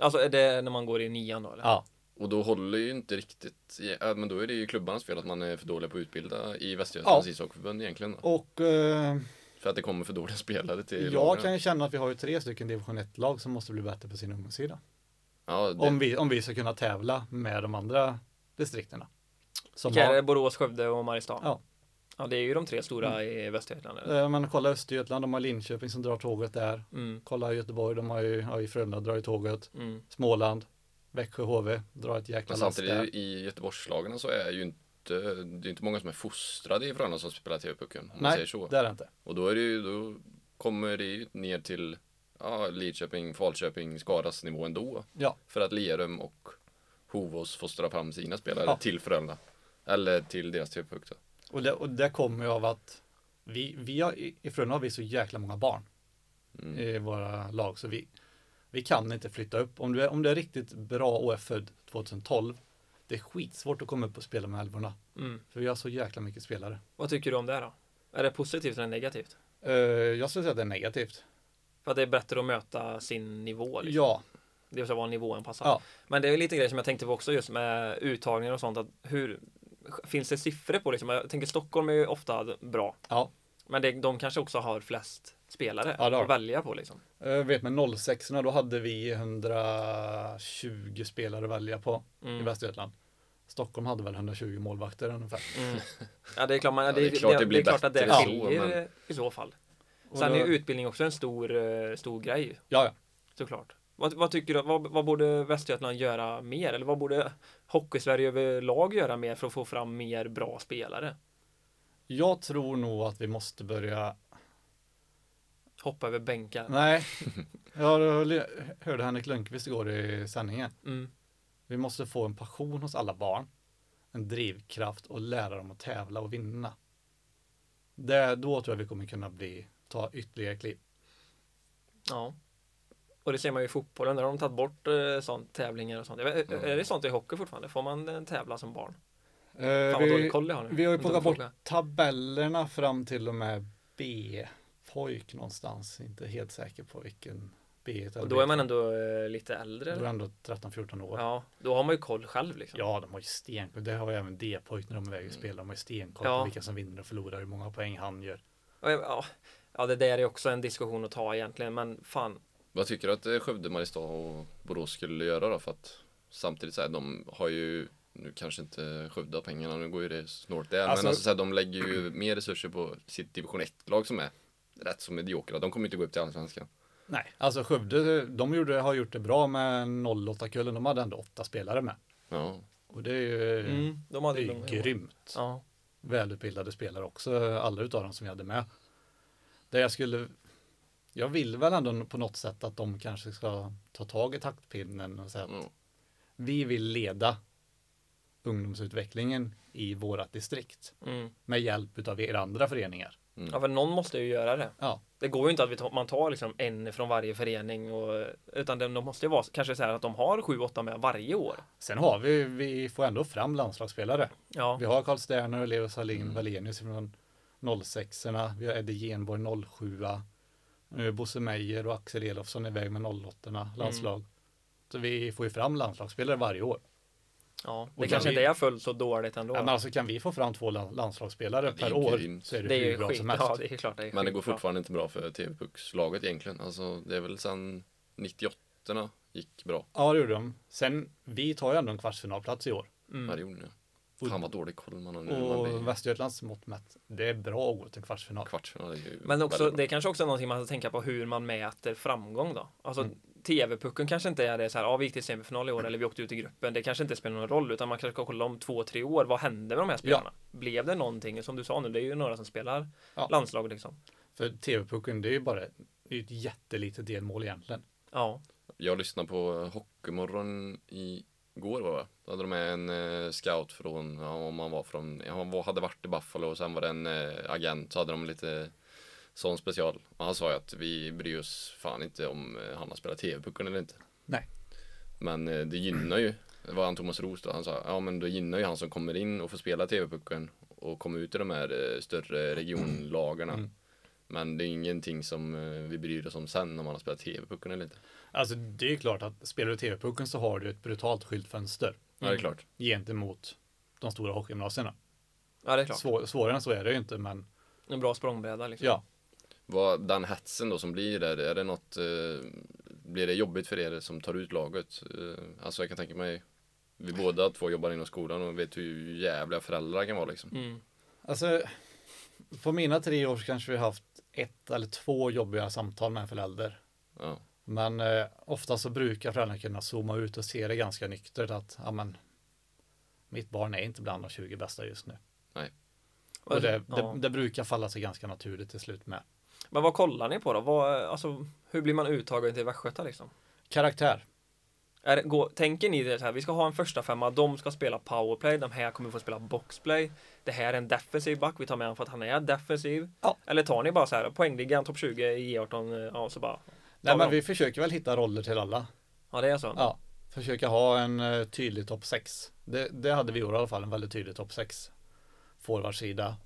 A: Alltså är det när man går i nian då? Eller?
B: Ja,
C: Och då håller ju inte riktigt, ja, men då är det ju klubbarnas fel att man är för dålig på att utbilda i Västergötlands ishockeyförbund egentligen. Då.
B: och eh,
C: För att det kommer för dåliga spelare till
B: jag
C: lagen.
B: kan ju känna att vi har ju tre stycken division 1-lag som måste bli bättre på sin ungdomssida.
C: Ja, det,
B: Om vi, om vi ska kunna tävla med de andra distrikterna. Som
A: Vilka är det?
B: har,
A: Borås, Skövde och Mariestad?
B: Ja. Mm.
A: Ja, det är ju de tre stora i Västergötland. eller?
B: eh, man kollar Östergötland, de har Linköping som drar tåget där.
A: Mm.
B: Kolla Göteborg, de har ju, ja, i Frölunda drar ju tåget.
A: Mm.
B: Småland, Växjö HV drar ett jäkla
C: men
B: lass där.
C: samtidigt i Göteborgslagarna så är ju inte, det är inte många som är fostrade i Frölunda som spelar TV-pucken. Om man
B: Nej,
C: säger så.
B: Det är det inte.
C: Och då är det ju, då kommer det ju ner till ja, Lidköping, Falköping, Skaras nivå ändå.
B: Ja.
C: För att Lerum och Hovås fostrar fram sina spelare
B: Ja.
C: till Frölunda. Eller till deras TV-puck då.
B: Och det, och det kommer ju av att vi, vi har, i i Frölunda har vi så jäkla många barn
C: Mm.
B: i våra lag så vi, vi kan inte flytta upp. Om du, är, om du är riktigt bra och är född 2012, det är skitsvårt att komma upp och spela med älvorna.
A: Mm.
B: För vi har så jäkla mycket spelare.
A: Vad tycker du om det här då? Är det positivt eller negativt?
B: Eh, jag skulle säga att det är negativt.
A: För att det är bättre att möta sin nivå. Liksom.
B: Ja,
A: Det vill säga var nivån passar.
B: Ja.
A: Men det är ju lite grejer som jag tänkte på också just med uttagningar och sånt. Att hur, finns det siffror på liksom? Jag tänker Stockholm är ju ofta bra.
B: Ja.
A: Men det, de kanske också har flest spelare
B: Ja, det har
A: att
B: de.
A: välja på liksom.
B: eh, vet med 06 då hade vi 120 spelare att välja på i
A: Mm.
B: Västergötland. Stockholm hade väl 120 målvakter ungefär.
A: Mm. Ja det är klart, man,
C: Ja,
A: det, är klart, det, blir det är klart att det
C: bättre
B: så,
A: skiljer
C: men-
A: i så fall.
B: Och
A: Sen är
B: då-
A: ju utbildning också en stor, eh, stor grej
B: Ja, ja.
A: såklart. Vad, vad tycker du, vad, vad borde Västergötland göra mer? Eller vad borde Hockeysverige överlag göra mer för att få fram mer bra spelare?
B: Jag tror nog att vi måste börja
A: Hoppa över bänkar.
B: Nej, jag hörde- hörde Henrik Lundqvist igår i sändningen.
A: Mm.
B: Vi måste få en passion hos alla barn, en drivkraft och lära dem att tävla och vinna. Det, då tror jag vi kommer kunna bli, ta ytterligare kliv.
A: Ja. Och det ser man ju i fotbollen, där har de tagit bort eh, sånt, tävlingar och sånt. Jag vet-
C: Mm.
A: Är det sånt i hockey fortfarande? Får man eh, tävla som barn?
B: Eh,
A: Fan vad dålig
B: vi,
A: koll jag har nu.
B: vi har ju
A: En
B: plockat
A: dum
B: bort
A: fråga.
B: tabellerna fram till och med B-pojk någonstans. Inte helt säker på vilken B eller
A: Och då är man ändå eh, lite äldre.
B: Då är
A: eller?
B: ändå 13-14 år. Ja.
A: Ja, då har man ju koll själv liksom.
B: de har ju stenkoll. Det har ju även D-pojk när de är iväg och spelar. De har ju stenkoll
A: Ja.
B: på vilka som vinner och förlorar, hur många poäng han gör.
A: Och jag- Ja, ja, det där är också en diskussion att ta egentligen, men fan.
C: Vad tycker du att eh, Skövde, Mariestad och Borås skulle göra då? För att samtidigt så här, de har ju nu kanske inte Skövde har pengarna, nu går ju det snålt där.
B: Alltså-
C: Men alltså, så här, de lägger ju mer resurser på sitt division 1-lag som är rätt så mediokra. De kommer inte gå upp till Allsvenskan.
B: Nej, alltså Skövde, de gjorde, har gjort det bra med 08-kullen. De hade ändå åtta spelare med.
C: Ja,
B: Och det är ju,
A: Mm, de
B: Mm. det
A: hade
B: är ju
A: lugna-
B: grymt.
A: Ja.
B: Välutbildade spelare också, alla utav dem som vi hade med. Det jag skulle, jag vill väl ändå på något sätt att de kanske ska ta tag i taktpinnen och säga att
C: ja.
B: vi vill leda ungdomsutvecklingen i vårat distrikt
A: Mm.
B: med hjälp utav er andra föreningar.
A: ja, för någon måste ju göra det.
B: Ja,
A: Det går ju inte att vi tar, man tar liksom en från varje förening och, utan de, de måste ju vara kanske så här att de har sju, åtta med varje år.
B: sen har vi, vi får ändå fram landslagsspelare.
A: Ja,
B: Vi har Karl Sterner, Leo Salin,
C: Mm.
B: Valenius från 06 erna vi har Eddie Genborg 07 nu är Bosse Meyer och Axel Elofsson iväg med 08 erna landslag.
A: Mm.
B: Så vi får ju fram landslagsspelare varje år.
A: ja. det
B: Och
A: kanske
B: kan
A: inte
B: vi-
A: är fullt så dåligt ändå.
B: Ja, Men alltså kan vi få fram två lan- landslagsspelare
C: det är
B: per
C: ju
B: år
C: grymt.
B: så är det,
A: det är
B: hur
A: ju
B: bra
A: skit.
B: som helst.
A: Ja, det är klart det är
C: Men det går
A: skitbra.
C: fortfarande inte bra för TV-puckslaget egentligen. Alltså, det är väl sedan 98 gick bra.
B: Ja, det gjorde de. Sen, vi tar ju ändå en kvartsfinalplats i år.
C: Ja,
A: Mm.
C: det gjorde ni.
B: Och-
C: Fan vad dålig koll man har nu. när Man
B: Och
C: blir
B: Västergötlands mått mätt, det är bra att gå till en kvartsfinal.
C: kvartsfinal. är ju
A: Men också,
C: väldigt bra.
A: det är kanske också är någonting man ska tänka på hur man mäter framgång då. Alltså
B: Mm.
A: TV-pucken kanske inte är det så här, ja vi gick till semifinal i år eller vi åkte ut i gruppen. Det kanske inte spelar någon roll utan man kanske ska kolla om två, tre år. Vad hände med de här spelarna? Blev det någonting? Som du sa nu, det är ju några som spelar
B: Ja.
A: landslag liksom.
B: För TV-pucken, det är ju bara det är ju ett jättelitet delmål egentligen.
A: Ja,
C: Jag lyssnade på Hockeymorgon igår var det? Då hade de med en eh, scout från, ja, om han var från, ja, han var, hade varit i Buffalo och sen var det en eh, agent så hade de lite sån special. Och han sa ju att vi bryr oss fan inte om eh, han har spelat TV-pucken eller inte.
B: Nej.
C: Men eh, det gynnar ju det var han Thomas Roos då, han sa ja men då gynnar ju han som kommer in och får spela TV-pucken och kommer ut i de här eh, större regionlagarna.
B: Mm.
C: Men det är ingenting som eh, vi bryr oss om sen om man har spelat TV-pucken eller
A: Mm.
C: inte.
B: Alltså det är ju klart att spelar du TV-pucken så har du ett brutalt skyltfönster
C: Ja, det är klart.
B: gentemot de stora hockeygymnasierna.
A: Ja, det är klart.
B: Svår, svårare än så är det ju inte, men
A: En bra språngbräda liksom.
B: ja,
C: Vad, den hetsen då som blir där, är det något, eh, blir det jobbigt för er som tar ut laget? Eh, alltså jag kan tänka mig, vi båda två jobbar inom skolan och vet hur jävliga föräldrar kan vara liksom.
A: Mm.
B: Alltså, på mina tre år så kanske vi haft ett eller två jobbiga samtal med en förälder.
C: Ja,
B: Men eh, ofta så brukar föräldrarna kunna zooma ut och se det ganska nyktert att ja, men, mitt barn är inte bland de 20 bästa just nu. Och det,
A: ja.
B: det, det brukar falla sig ganska naturligt till slut med.
A: Men vad kollar ni på då? Vad, alltså, hur blir man uttagen till Västgöta liksom?
B: Karaktär.
A: Är, det- gå, tänker ni det så här, vi ska ha en första femma, de ska spela powerplay, de här kommer få spela boxplay. Det här är en defensiv back, vi tar med honom för att han är defensiv.
B: Ja.
A: Eller tar ni bara så här, poängligan, topp 20 i E18, eh, ja så bara,
B: Nej,
A: Ja,
B: men
A: ja.
B: vi försöker väl hitta roller till alla.
A: ja det är så.
B: Ja, försöka ha en eh, tydlig topp 6. Det, det hade vi i år i alla fall, en väldigt tydlig topp 6. Forwardsida,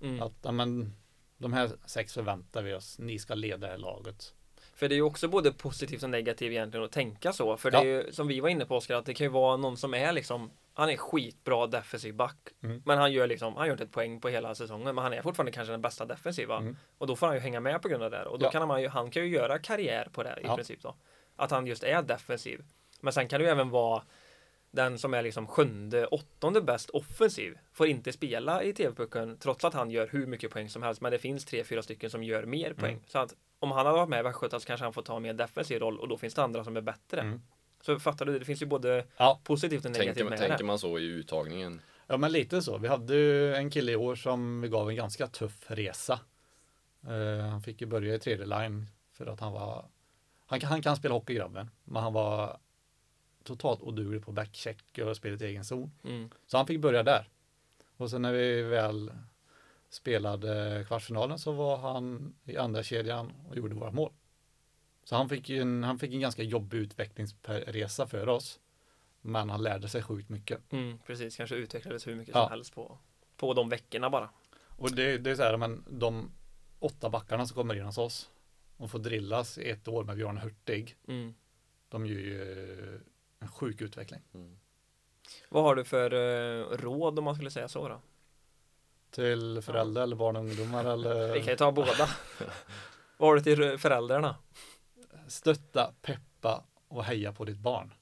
A: Mm.
B: Att ja, men, de här sex förväntar vi oss, ni ska leda det här laget.
A: För det är ju också både positivt och negativt egentligen att tänka så. För det
B: Ja.
A: är ju som vi var inne på Oskar, att det kan ju vara någon som är liksom han är skitbra defensiv back.
B: Mm.
A: Men han gör liksom, han gör inte ett poäng på hela säsongen. Men han är fortfarande kanske den bästa defensiva.
B: Mm.
A: Och då får han ju hänga med på grund av det. här. Och då
B: Ja.
A: kan han ju, han kan ju göra karriär på det i
B: Ja.
A: princip då. Att han just är defensiv. Men sen kan det ju även vara den som är liksom sjunde, åttonde bäst offensiv får inte spela i TV-pucken trots att han gör hur mycket poäng som helst men det finns tre, fyra stycken som gör mer
B: Mm.
A: poäng. Så att om han hade varit med i Västgöta så kanske han får ta en mer defensiv roll och då finns det andra som är bättre.
B: Mm.
A: Så fattar du, det finns ju både
B: Ja.
A: positivt och negativt
C: tänker,
A: med
C: tänker
A: det.
C: man så i uttagningen?
B: Ja men lite så. Vi hade ju en kille i år som vi gav en ganska tuff resa. Eh, han fick ju börja i tredje line för att han var, han, kan- han kan spela hockey grabben, men han var totalt oduglig på backcheck och spelet i egen zon.
A: Mm.
B: Så han fick börja där. Och sen när vi väl spelade kvartsfinalen så var han i andra kedjan och gjorde våra mål. Så han fick ju en, han fick en ganska jobbig utvecklingsresa för oss. Men han lärde sig sjukt mycket.
A: Mm, precis, kanske utvecklades hur mycket
B: Ja.
A: som helst på, på de veckorna bara.
B: Och det, det är så här, men de åtta backarna som kommer in hos oss och får drillas i ett år med Björn Hurtig,
A: Mm.
B: de gör ju en sjuk utveckling.
C: Mm.
A: Vad har du för eh, råd om man skulle säga så då?
B: Till föräldrar eller barn och ungdomar
A: Vi kan
B: eller
A: ju ta båda. Vad har du till eh, föräldrarna?
B: stötta, peppa och heja på ditt barn.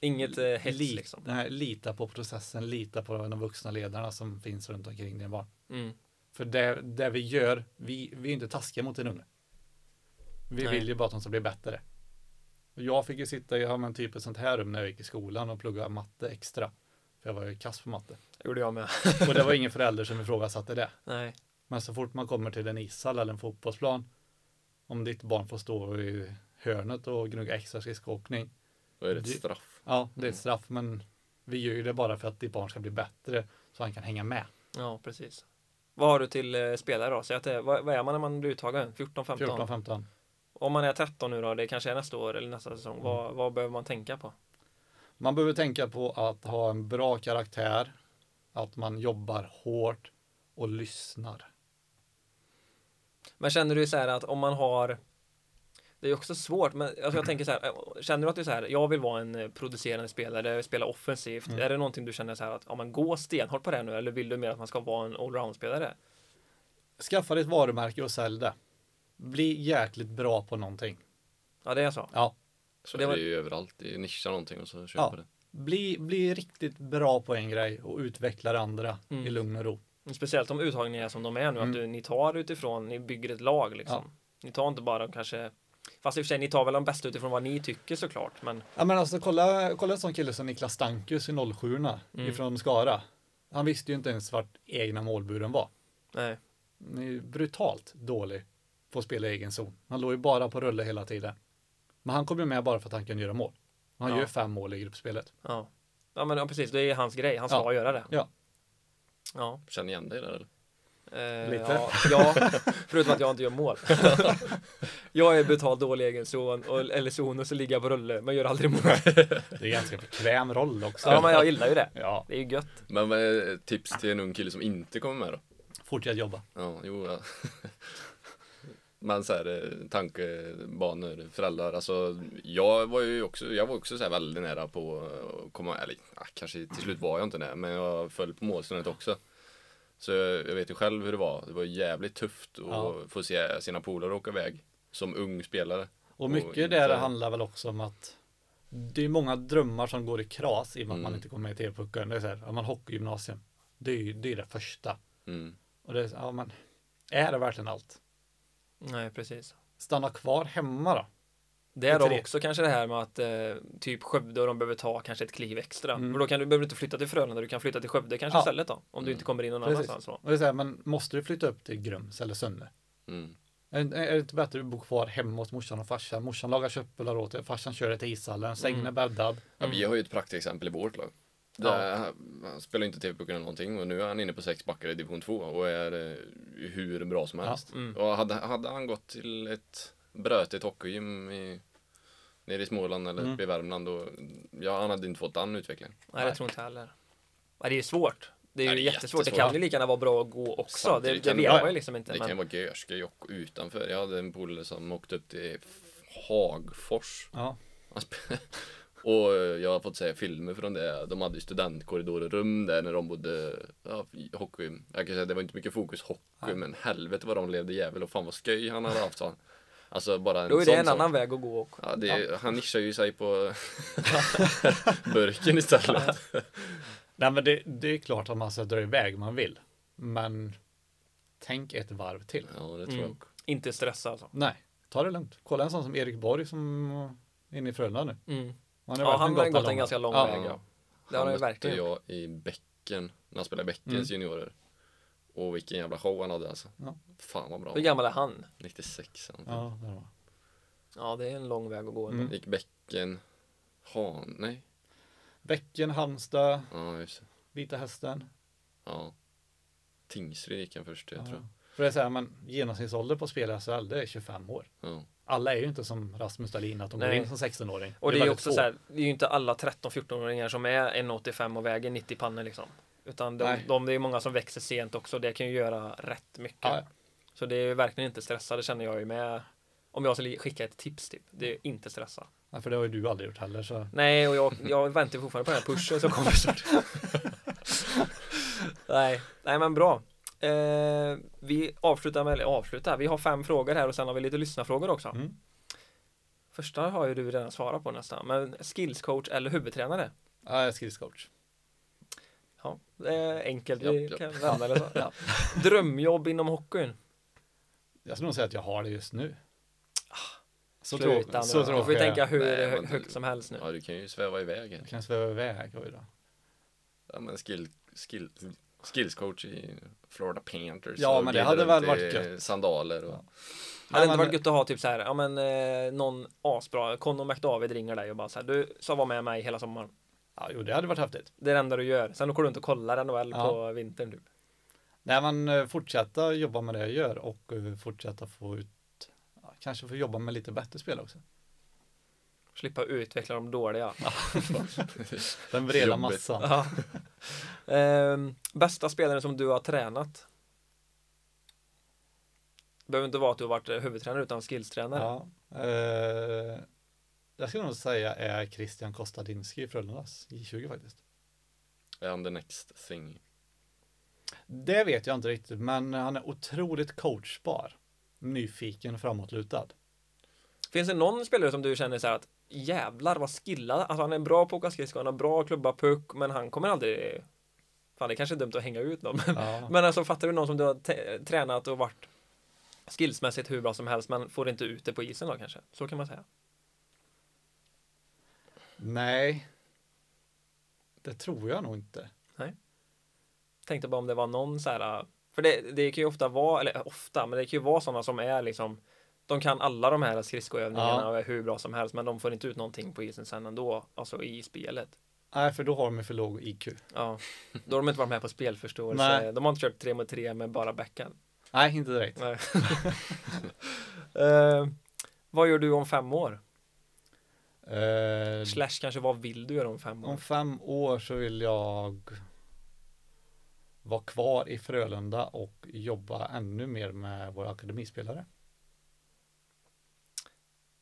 A: Inget eh, hets
B: Li-
A: liksom.
B: nej, lita på processen, lita på de vuxna ledarna som finns runt omkring din barn.
A: Mm.
B: För det, det vi gör, vi, vi är inte taskiga mot en unge. Vi
A: Nej.
B: vill ju bara att de ska bli bättre. Och Jag fick ju sitta i ja, men typ ett sånt här rum när jag gick i skolan och plugga matte extra. För jag var ju kass på matte.
A: Det gjorde jag med.
B: Och det var ingen förälder som ifrågasatte det.
A: Nej.
B: Men så fort man kommer till en ishall eller en fotbollsplan, om ditt barn får stå i hörnet och gnugga extra skridskoåkning,
C: Då är det ett
B: Det-
C: straff.
B: ja, det är ett
A: Mm.
B: straff, men vi gör ju det bara för att ditt barn ska bli bättre så han kan hänga med.
A: Ja, precis. Vad har du till eh, spelare då? Säg att det, vad, vad är man när man blir uttagen? 14, 15?
B: 14-15.
A: Om man är 13 nu då, det kanske är nästa år eller nästa säsong. Vad, vad behöver man tänka på?
B: Man behöver tänka på att ha en bra karaktär, att man jobbar hårt och lyssnar.
A: Men känner du så här att om man har Det är också svårt men alltså jag tänker så här eh, Känner du att du så här Jag vill vara en eh, producerande spelare Spela offensivt
B: Mm.
A: Är det någonting du känner så här att ja, men gå stenhårt på det här nu eller vill du mer att man ska vara en allround-spelare?
B: Skaffa dig ett varumärke och sälj det. Bli jäkligt bra på någonting.
A: Ja det är så
B: Ja,
C: Så
A: Det
C: det,
A: var-
C: är det ju överallt, det är nischa någonting och så kör
B: Ja.
C: på det.
B: bli, bli riktigt bra på en grej och utveckla det andra
A: Mm.
B: i lugn och ro.
A: Speciellt om uttagningarna är som de är nu
B: Mm.
A: att du, ni tar utifrån Ni bygger ett lag liksom Ni tar inte bara kanske Fast i och för sig ni tar väl de bästa utifrån vad ni tycker såklart men
B: Ja, men alltså, kolla, kolla en sån kille som Niklas Stankus i 07
A: Mm.
B: ifrån Skara. Han visste ju inte ens vart egna målburen var.
A: nej
B: Han är ju brutalt dålig på att spela i egen zon. Han låg ju bara på rulle hela tiden. Men han kom ju med bara för att han kunde göra mål. Han
A: Ja.
B: gör fem mål i gruppspelet.
A: Ja Ja men ja, precis det är hans grej Han ska
B: Ja.
A: göra det
B: Ja.
A: Ja
C: Känner ni igen dig där eller?
A: Eh,
B: Lite.
A: Ja, ja, förutom att jag inte gör mål. jag är betald dålig egen zon, och, eller zon och så ligger jag på rulle, men gör aldrig mål.
B: Det är ganska bekväm roll också.
A: ja, men jag gillar ju det.
B: Ja,
A: Det är ju gött.
C: Men vad är tips till en ung kille som inte kommer med då?
B: fortsätt jobba.
C: Ja, jo. Ja. Men så här, eh, tankebanor, föräldrar. Alltså, jag var ju också, jag var också så här väldigt nära på att komma, eller ja, kanske till slut var jag inte det, men jag föll på målsnöret också. Så jag, jag vet ju själv hur det var. Det var jävligt tufft att
B: Ja.
C: få se sina polare åka iväg som ung spelare.
B: Och
C: Och
B: mycket
C: inte-
B: där handlar väl också om att det är många drömmar som går i kras i och med att man
C: Mm.
B: inte kommer med i TV-pucken. Det är så här, ja men hockeygymnasium, det är ju det, är det första.
C: Mm.
B: Och det är, så- ja men, är det verkligen allt?
A: Nej, precis.
B: Stanna kvar hemma då.
A: Det är då
B: Lite det.
A: också kanske det här med att eh, typ Skövde och de behöver ta kanske ett kliv extra.
B: Mm.
A: Men då kan du, behöver du inte flytta till Frölunda, du kan flytta till Skövde kanske
B: Ja.
A: istället då. Om du
C: Mm.
A: inte kommer in någon
B: Precis.
A: annanstans då.
B: Och det är så här, men måste du flytta upp till Grums eller Sunne?
C: Mm.
B: Är, det- är det inte bättre att bo kvar hemma hos morsan och farsan? Morsan lagar köttbullar åt dig, farsan kör dig till ishallen, sängen
A: Mm.
B: är bäddad.
C: Ja, vi har ju ett praktexempel i vårt lag. Där han- Han spelar ju inte TV-pucken eller någonting och nu är han inne på sex backar i division 2 och är eh, hur bra som
B: Ja.
C: helst.
A: Mm.
C: Och hade, hade han gått till ett brötigt hockeygym i, nere i Småland eller
B: Mm.
C: uppe i Värmland då, ja han hade inte fått den utvecklingen.
A: Nej, det tror jag inte heller. Nej, det är svårt. Det är ju
C: Nej, det är
A: jättesvårt. Det
C: jättesvårt.
A: kan ju lika gärna vara bra att gå också. Det,
C: Samtidigt
A: det
C: kan det
A: vet
C: vara-
A: man ju liksom inte.
C: Det kan ju
A: Men,
C: vara görskoj och utanför. Jag hade en polare som åkte upp till Hagfors.
B: Ja.
C: Han spe- Och eh, jag har fått se filmer från det. De hade ju studentkorridor och rum där när de bodde ja, i hockey. Jag kan säga det var inte mycket fokus hockey, men helvete vad de levde jävel och fan vad sköj han hade haft sa han. Alltså bara en
A: då är det
C: sån
A: en
C: sak.
A: annan väg att gå också.
C: Ja, det, Han nischar ju sig på burken istället.
B: Nej men det, det är klart att man ska dra iväg man vill. Men tänk ett varv till.
C: Ja, det tror jag
A: Mm.
C: också.
A: Inte stressa alltså.
B: Nej, ta det lugnt. Kolla en sån som Erik Borg som är inne i Frölunda nu.
A: Mm.
B: Han
A: Ja, han har
B: den
A: gått en
B: långa.
A: ganska lång
B: Ja.
A: väg. Ja. Det har han ju
C: mötte
A: verkligen. Mm.
C: jag i bäcken, när han spelade i bäckens juniorer. Och vilken jävla show han hade alltså.
B: Ja.
C: Fan vad bra.
A: Hur gammal är han?
C: 96 han.
B: Ja, där var. han.
A: Ja, det är en lång väg att gå. ändå.
B: Mm.
C: Gick bäcken, han, nej.
B: Bäcken, Halmstad,
C: Ja, just det.
B: Vita Hästen.
C: Ja. Tingsryd gick han först, jag tror.
B: Ja. För det är så här, men genomsnittsålder på spel i SHL, det är 25 år.
C: Ja.
B: Alla är ju inte som Rasmus Dahlin, att de går
A: Nej.
B: in som 16-åring.
A: Och det är ju
B: väldigt
A: också
B: få.
A: så här, det är ju inte alla 13-14-åringar som är 1,85 och väger 90 pannor liksom. Utan de,
B: Nej.
A: de, det är många som växer sent också. Det kan ju göra rätt mycket.
B: Ja,
A: Så det är ju verkligen inte stressa. Det känner jag ju med. Om jag skulle skicka ett tips typ. Det är inte stressa.
B: ja, för det har ju du aldrig gjort heller. Så.
A: Nej, och jag, jag väntar ju fortfarande på den här pushen som kommer snart. nej, nej men bra. Eh, vi avslutar med, eller avslutar, vi har fem frågor här och sen har vi lite lyssnarfrågor också.
B: Mm.
A: Första har ju du redan svarat på nästan, men skillscoach eller huvudtränare?
B: Ja, jag är skridskoach.
A: Ja, det är enkelt, vi
C: Japp, japp.
A: kan vända det så. Ja. Drömjobb inom hockeyn?
B: Jag skulle nog säga att jag har det just nu. Ah, Så
A: Sluta nu.
B: tråkigt. Så
A: Du får ju
B: tråkigt.
A: tänka hur
C: Nej,
A: hö-
C: men-
A: högt som helst nu.
C: ja, du kan ju sväva iväg
B: Jag
C: här.
B: kan sväva iväg. Oj då.
C: Ja, men skill, skill, skillscoach i Florida Panthers.
B: Ja,
C: och
B: men det
C: glider
B: hade väl
C: runt i
B: varit gött.
C: Sandaler och...
B: Ja.
A: Hade det
B: Nej,
A: inte
B: men-
A: varit gött att ha typ så här, ja men eh, någon asbra, Conor McDavid ringer dig och bara så här, du ska vara med mig hela sommaren.
B: Ja, jo, det hade varit häftigt.
A: Det är det enda du gör. Sen åker du runt och kollar NHL
B: Ja.
A: på vintern typ.
B: Nej, men eh, fortsätta jobba med det jag gör och eh, fortsätta få ut, ja, kanske få jobba med lite bättre spel också.
A: Slippa utveckla de dåliga.
B: Den breda
C: Jobbigt.
B: massan.
A: Ja. Ehm, bästa spelaren som du har tränat? Det behöver inte vara att du har varit eh, huvudtränare utan skillstränare.
B: Ja. Eh, jag skulle nog säga är Christian Kostadinski i Frölundas J20 faktiskt.
C: Är han the next thing?
B: Det vet jag inte riktigt, men han är otroligt coachbar. Nyfiken, framåtlutad.
A: Finns det någon spelare som du känner så här att jävlar vad skillad, alltså han är bra på att åka skridskor, han har bra att klubba puck, men han kommer aldrig Fan det kanske är dumt att hänga ut dem.
B: Ja.
A: Men alltså fattar du någon som du har te- tränat och varit skillsmässigt hur bra som helst men får inte ut det på isen då kanske? Så kan man säga.
B: Nej, det tror jag nog inte.
A: Tänkte bara om det var någon så här. För det, det kan ju ofta vara, eller ofta, men det kan ju vara sådana som är liksom De kan alla de här skridskoövningarna
B: Ja.
A: och är hur bra som helst men de får inte ut någonting på isen sen ändå, alltså i spelet.
B: Nej, för då har de ju för låg IQ.
A: Ja. Då har de inte varit med på spelförståelse.
B: Nej.
A: De har inte kört 3 mot 3 med bara backhand.
B: Nej, inte direkt.
A: Nej. Eh, vad gör du om fem år?
B: Eh,
A: Slash kanske vad vill du göra om fem år?
B: om fem år så vill jag vara kvar i Frölunda och jobba ännu mer med våra akademispelare.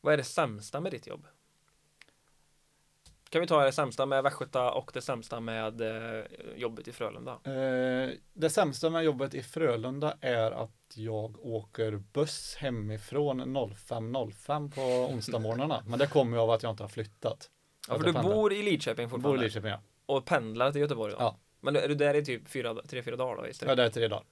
A: Vad är det sämsta med ditt jobb? Kan vi ta det sämsta med Västgöta och det sämsta med eh, jobbet i Frölunda?
B: Eh, det sämsta med jobbet i Frölunda är att jag åker buss hemifrån 05.05 på onsdagsmorgnarna. Men det kommer ju av att jag inte har flyttat.
A: Ja,
B: Att
A: för
B: jag
A: du
B: pendlar.
A: bor i Lidköping
B: Jag bor i
A: fortfarande
B: Lidköping, ja.
A: och pendlar till Göteborg då?
B: Ja.
A: Men är du där i typ fyra, tre, fyra dagar då?
B: Jag är
A: istället?
B: där i tre dagar.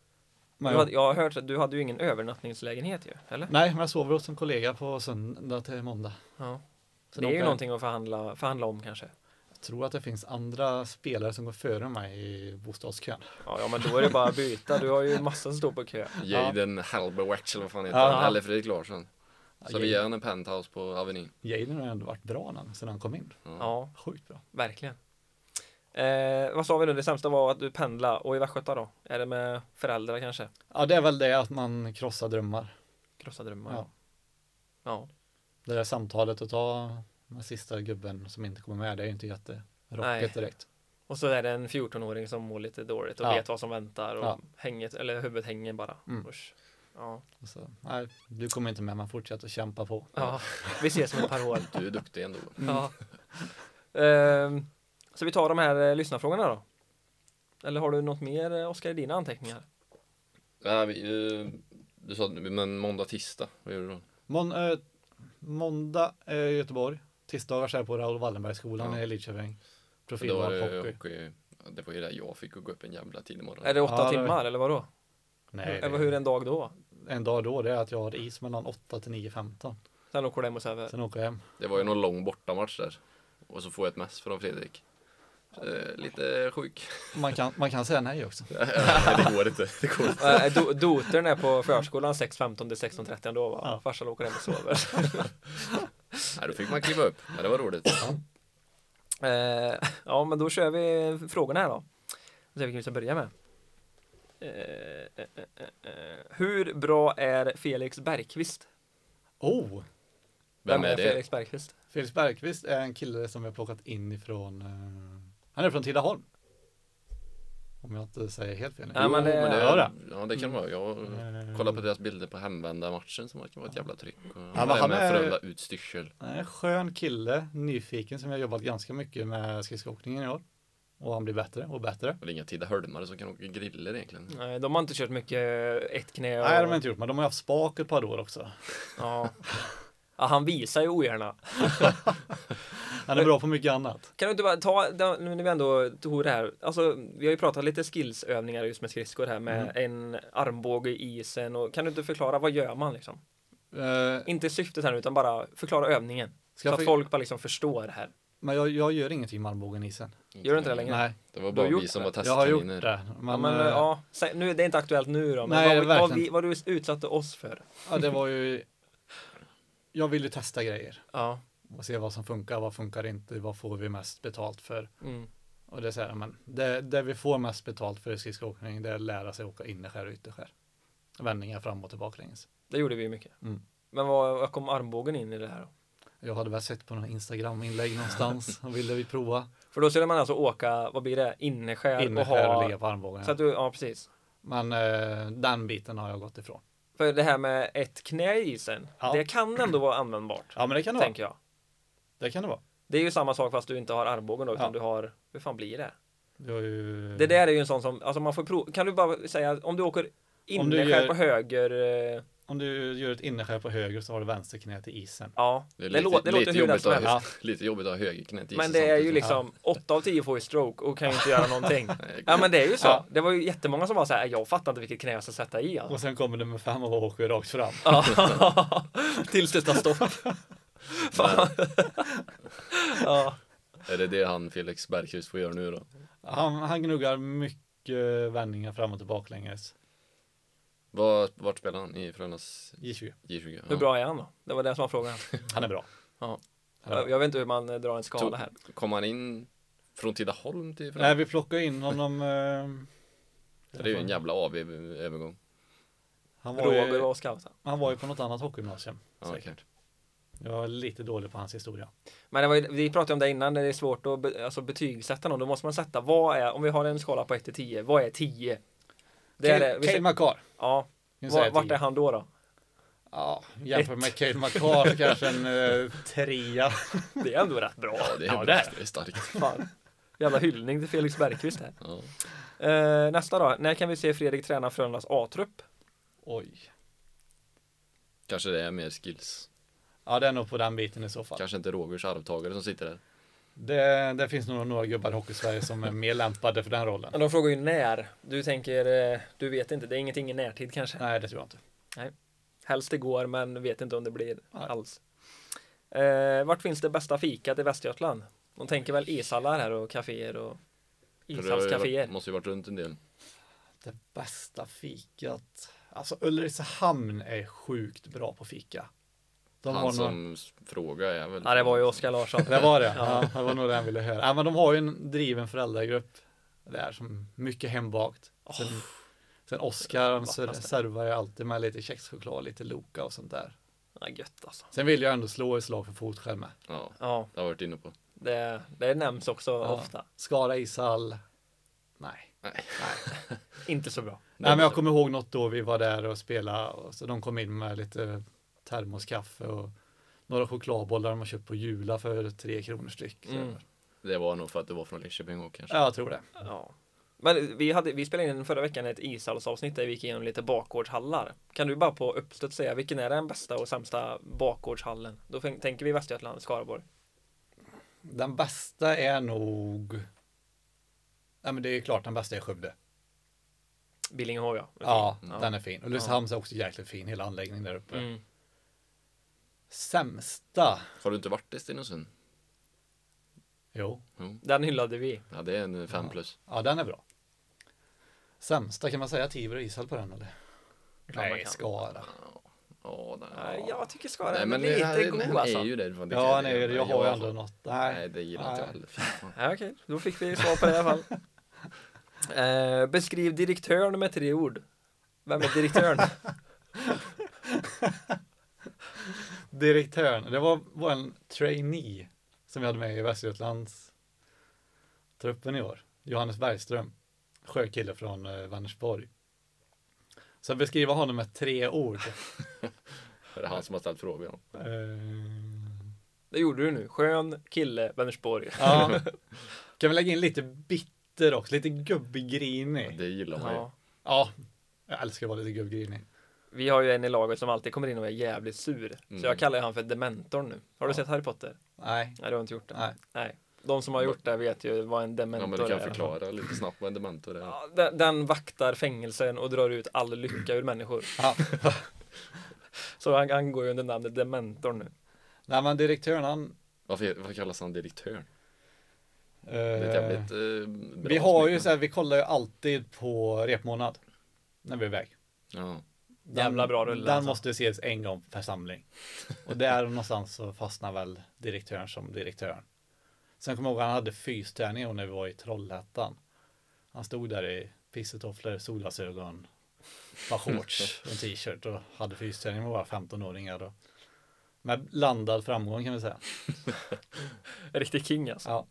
B: Men
A: Du
B: jag,
A: hade, jag har hört att du hade ju ingen övernattningslägenhet ju, eller?
B: nej, men jag sover hos en kollega på söndag till måndag.
A: Ja.
B: Så
A: det
B: då
A: är
B: åker
A: ju
B: jag-
A: någonting att förhandla, förhandla om kanske.
B: Jag tror att det finns andra spelare som går före mig i bostadskön.
A: Ja, ja, men då är det bara att byta. Du har ju massa som står på kö.
C: Jaden Halberwatch eller vad fan heter
B: Ja.
C: han? Eller Fredrik Larsson. Så vi ger
B: Jaden
C: honom en penthouse på Avenyn.
B: Jaden har ändå varit bra när, sedan han kom in.
A: Ja,
B: Sjukt bra.
A: verkligen. Eh, vad sa vi nu? Det sämsta var att du pendla och i Västgöta då? Är det med föräldrar kanske?
B: Ja, det är väl det att man krossar drömmar.
A: Krossa drömmar.
B: Ja.
A: Ja. ja.
B: Det där samtalet att ta med sista gubben som inte kommer med, det är ju inte
A: Nej.
B: jätterocket direkt.
A: Och så är det en 14-åring som mår lite dåligt och
B: Ja.
A: vet vad som väntar och
B: Ja.
A: hänget, eller huvudet hänger bara.
B: Mm.
A: Usch. Ja.
B: Och Så, nej, du kommer inte med, man fortsätter kämpa på.
A: ja, vi ses om ett par år.
C: Du är duktig ändå.
A: Ja. Ehm, så vi tar de här eh, lyssnarfrågorna då. Eller har du något mer eh, Oskar i dina anteckningar?
C: Ja, vi, eh, du sa men måndag, tisdag, vad gör du då?
B: Mån, eh, måndag är jag i Göteborg, tisdagar så här på Raoul Wallenbergsskolan
C: Ja.
B: i Lidköping.
C: Då
B: Profilval
C: är
B: hockey.
C: det hockey. Ja, Det var ju där jag fick gå upp en jävla tid imorgon.
A: Är det åtta
B: Ja, det-
A: timmar eller vadå?
B: Nej,
A: eller hur är
B: en...
A: en dag då?
B: en dag då det är att jag har is mellan 8 till 9.15.
A: Sen åker du hem och sover.
B: Sen åker jag hem.
C: Det var ju någon lång bortamatch där. Och så får jag ett mess från Fredrik. Eh, lite sjuk.
B: Man kan, man kan säga nej också.
C: det går inte. Det går inte.
A: Eh, do- Dotern är på förskolan 6.15 till 16.30 ändå va?
B: Ja.
A: Farsan åker hem och sover.
C: Nej, då fick man kliva upp. Men det var roligt.
A: Eh, ja, men då kör vi frågorna här då. Vi ser vilken vi ska börja med. Eh, eh, eh, eh, eh. Hur bra är Felix Bergqvist?
B: Oh!
C: Vem är det?
A: Felix Bergqvist?
B: Felix Bergqvist är en kille som vi har plockat in ifrån eh, Han är från Tidaholm Om jag inte säger helt fel nu.
A: Ja, men det-
C: men det,
B: Ja, det.
C: ja, det kan vara. Jag
B: Eh,
C: kollade på deras bilder på hemvändarmatchen som verkar vara ett jävla tryck. Och
B: men
C: han är
B: han
C: med
B: är-
C: Frölunda utstyrsel.
B: han är En skön kille, nyfiken som jag har jobbat ganska mycket med skridskoåkningen i år Och han blir bättre och bättre
C: Och det är inga Tidaholmare som kan åka griller egentligen.
A: Nej, de har inte kört mycket eh, ett knä och...
B: Nej de har inte gjort men de har haft spak ett par år också
A: ja. ja, han visar ju ogärna.
B: Han är bra på mycket annat
A: Kan du inte bara ta, då- nu när vi ändå tog det här, alltså vi har ju pratat lite skillsövningar just med skridskor här med en armbåge i isen och kan du inte förklara vad gör man liksom?
B: Eh,
A: Inte syftet här nu, utan bara förklara övningen.
B: Ska
A: så
B: jag
A: att
B: för-
A: folk bara liksom förstår det här.
B: Men jag, jag gör ingenting med armbågen i isen
A: Gör du inte det längre?
B: Nej,
C: Det var
A: Du har
C: bara vi
A: gjort
C: som
A: det.
C: var
B: jag har gjort
C: testkaniner.
B: det
A: Ja,
B: men,
A: men,
B: eh,
A: ja, sä- nu, det är inte aktuellt nu då, men
B: Nej,
A: vad, vad,
B: verkligen.
A: vi, vad du utsatte oss för.
B: ja, det var ju Jag ville testa grejer
A: Ja.
B: och se vad som funkar, vad funkar inte, vad får vi mest betalt för.
A: Mm.
B: Och det är så här, men det, det vi får mest betalt för i skridskoåkning, det är att lära sig åka innerskär och ytterskär. Vändningar fram och tillbaklänges.
A: Det gjorde vi mycket.
B: Mm.
A: Men vad, vad kom armbågen in i det här då?
B: Jag hade väl sett på någon Instagram-inlägg någonstans och ville vi prova
A: För då skulle man alltså åka, vad blir det, inneskär och
B: innerskär och
A: ha...
B: ligga på armbågen.
A: Så att du, ja precis.
B: Men eh, den biten har jag gått ifrån.
A: För det här med ett knä i isen,
B: Ja.
A: det kan ändå vara användbart.
B: Ja, men det kan det vara.
A: tänker jag.
B: Det kan det vara.
A: Det är ju samma sak fast du inte har armbågen då, utan
B: Ja.
A: du har, hur fan blir det?
B: Det var ju...
A: Det där är ju en sån som, alltså man får prova, kan du bara säga om du åker
B: Om du
A: inneskär
B: gör-
A: på höger, eh,
B: Om du gör ett innerskär på höger så har du vänster knä till isen.
A: ja,
C: Det är
A: det,
C: lite,
A: låter, det
C: lite,
A: låter hur lätt
C: jobbigt
A: som
C: att,
A: helst.
B: helst.
C: lite jobbigt att ha högerknät i
A: Men
C: sig
A: det är ju
C: samtidigt.
A: liksom 8 av 10 får ju stroke och kan ju inte göra någonting.
C: Nej,
A: Ja men det är ju så.
B: Ja.
A: Det var ju jättemånga som var så här, jag fattar inte vilket knä jag ska sätta i. Alltså.
B: Och sen kommer nummer fem och åker rakt fram.
A: Ja. Tills det tar stopp. Fan. ja.
C: Är det det han Felix Bergqvist får göra nu då?
B: Han, han gnuggar mycket vändningar fram och tillbaklänges.
C: Var, vart spelar han? I Frölundas
B: J20.
C: J20?
A: Hur bra är han då? Det var det som var frågan.
B: Han är bra.
A: Ja.
B: Ja.
A: Jag vet inte hur man eh, drar en skala
C: Tog-
A: här.
C: Kom han in Från Tidaholm till Frölunda?
B: Nej, vi plockade in honom. Eh,
C: Det är ju en jävla avig övergång.
B: han, var
A: Roger
B: ju,
A: var scout.
B: han var ju på något annat hockeygymnasium.
C: Ja,
B: Säkert.
C: klart.
B: Jag var lite dålig på hans historia.
A: Men det var ju, vi pratade om det innan, när det är svårt att be, alltså betygsätta någon. Då måste man sätta, vad är, om vi har en skala på 1 till 10, vad är 10? Det är det. Vi
B: Cale
A: säger,
B: Makar.
A: ja, var, vart är han då då?
B: Ja, jämfört med Cale Makar kanske en eh, trea.
A: Det är ändå rätt bra.
C: Ja, det är,
B: Ja,
C: ja,
B: det
C: det
B: är
C: är starkt.
A: Fan. Jävla hyllning till Felix Bergqvist här.
C: Ja.
A: Eh, nästa då. När kan vi se Fredrik träna Frölundas A-trupp?
B: Oj.
C: Kanske det är mer skills.
B: Ja, det är nog på den biten i så fall.
C: Kanske inte Rogers arvtagare som sitter där.
B: Det, det finns nog några gubbar i Hockeysverige som är mer lämpade för den rollen.
A: De frågar ju när. Du tänker, eh, du vet inte. Det är ingenting i närtid kanske.
B: Nej, det tror jag inte.
A: Helst det går, men vet inte om det blir
B: Nej.
A: alls. Eh, vart finns det bästa fikat i Västergötland? De tänker väl ishallar här och kaféer och
C: För det har ju varit-
A: ishallskaféer.
C: Måste ju varit runt en del.
B: Det bästa fikat. Alltså Ulricehamn är sjukt bra på fika. De har
C: Han
B: nog-
C: som s- fråga är väl.
A: Ja, det var ju Oskar Larsson.
B: Det var det.
A: Ja.
B: Ja, det var nog det han ville höra. Ja, men de har ju en driven föräldragrupp där som mycket hembakt. Sen, sen Oskar han ser-
A: Vattnas det.
B: servar ju alltid med lite kexchoklad, lite Loka och sånt där.
A: Ja, gött alltså.
B: Sen vill jag ändå slå ett slag för fotskär med.
C: Ja,
A: Ja,
C: det har jag varit inne på.
A: det, det nämns också ofta.
B: Skara ishall. Nej.
A: Inte så bra.
B: Nej, men jag kommer ihåg något då vi var där och spelade. och Så de kom in med lite termoskaffe och några chokladbollar de har köpt på Jula för tre kronor styck. Så-
A: Mm.
C: Det var nog för att det var från Linköping och kanske.
B: Ja, jag tror det.
A: Ja. Men vi, hade, vi spelade in förra veckan ett ishallsavsnitt där vi gick igenom lite bakgårdshallar. Kan du bara på uppstuds säga vilken är den bästa och sämsta bakgårdshallen? Då fin- tänker vi Västergötland, Skaraborg.
B: Den bästa är nog... Ja, men det är klart den bästa är Skövde.
A: Billingehov ja.
B: Ja,
A: Ja.
B: den är fin. Och Ulricehamn är också jäkligt fin, hela anläggningen där uppe.
A: Mm.
B: Sämsta?
C: Har du inte varit i Stenungsund?
B: Jo,
C: Jo.
A: Den hyllade vi.
C: Ja, det är en fem plus.
B: ja den är bra. Sämsta, kan man säga Tiber och Ishall på den eller?
A: Klart man
B: Nej,
A: kan.
B: Skara.
C: Ja, den,
A: Nej, jag tycker Skara
C: Nej,
A: är
C: men
A: lite
C: han,
A: god
C: han
A: alltså.
C: är ju det. fan, det kan
B: Ja, han är ju det. Jag har ju
C: jag-
B: ändå något. Nej,
C: Nej, det gillar inte jag
B: Nej.
C: heller. Fy fan.
A: Ja, okej, då fick vi svar på det i alla fall. Eh, beskriv direktören med tre ord. Vem är direktören?
B: direktören. Det var vår trainee som vi hade med i Västergötlands truppen i år. Johannes Bergström, sjökille från eh, Vänersborg. Så att beskriva honom med tre ord.
C: Det är han som har ställt frågan.
B: Eh,
A: det gjorde du nu. Skön kille, Vänersborg.
B: Ja. Kan vi lägga in lite bitter också, lite gubbgrinig.
C: Det gillar man ju.
A: Ja.
B: Ja, jag älskar att vara lite gubbgrinig.
A: Vi har ju en i laget som alltid kommer in och är jävligt sur.
C: Mm.
A: Så jag kallar han för Dementor nu. Har du
B: Ja.
A: sett Harry Potter?
B: Nej,
A: Nej, du har inte gjort det.
B: nej.
A: De som har gjort det vet ju vad en
C: Ja,
A: Dementor
C: men du kan
A: är.
C: förklara lite snabbt vad en dementor är.
A: Ja, den, den vaktar fängelsen och drar ut all lycka ur människor.
B: Ja.
A: Så han, han går ju under namnet Dementor nu.
B: Nej, men direktören han...
C: Varför, varför kallas han direktör? Det är ett
B: Eh,
C: jävligt eh, bra
B: vi har ju
C: smeknamn.
B: så här, vi kollar ju alltid på repmånad. När vi är iväg.
C: Ja.
B: Den,
A: Jävla bra rulle,
B: Den
A: alltså.
B: måste ses en gång per samling. Och där någonstans så fastnar väl direktören som direktören. Sen kommer jag ihåg att han hade fysträning i år när vi var i Trollhättan. Han stod där i pissetofflor, solglasögon, ett par shorts och en t-shirt och hade fysträning med våra 15-åringar. Då. Med landad framgång kan vi säga.
A: Riktig king alltså.
B: Ja.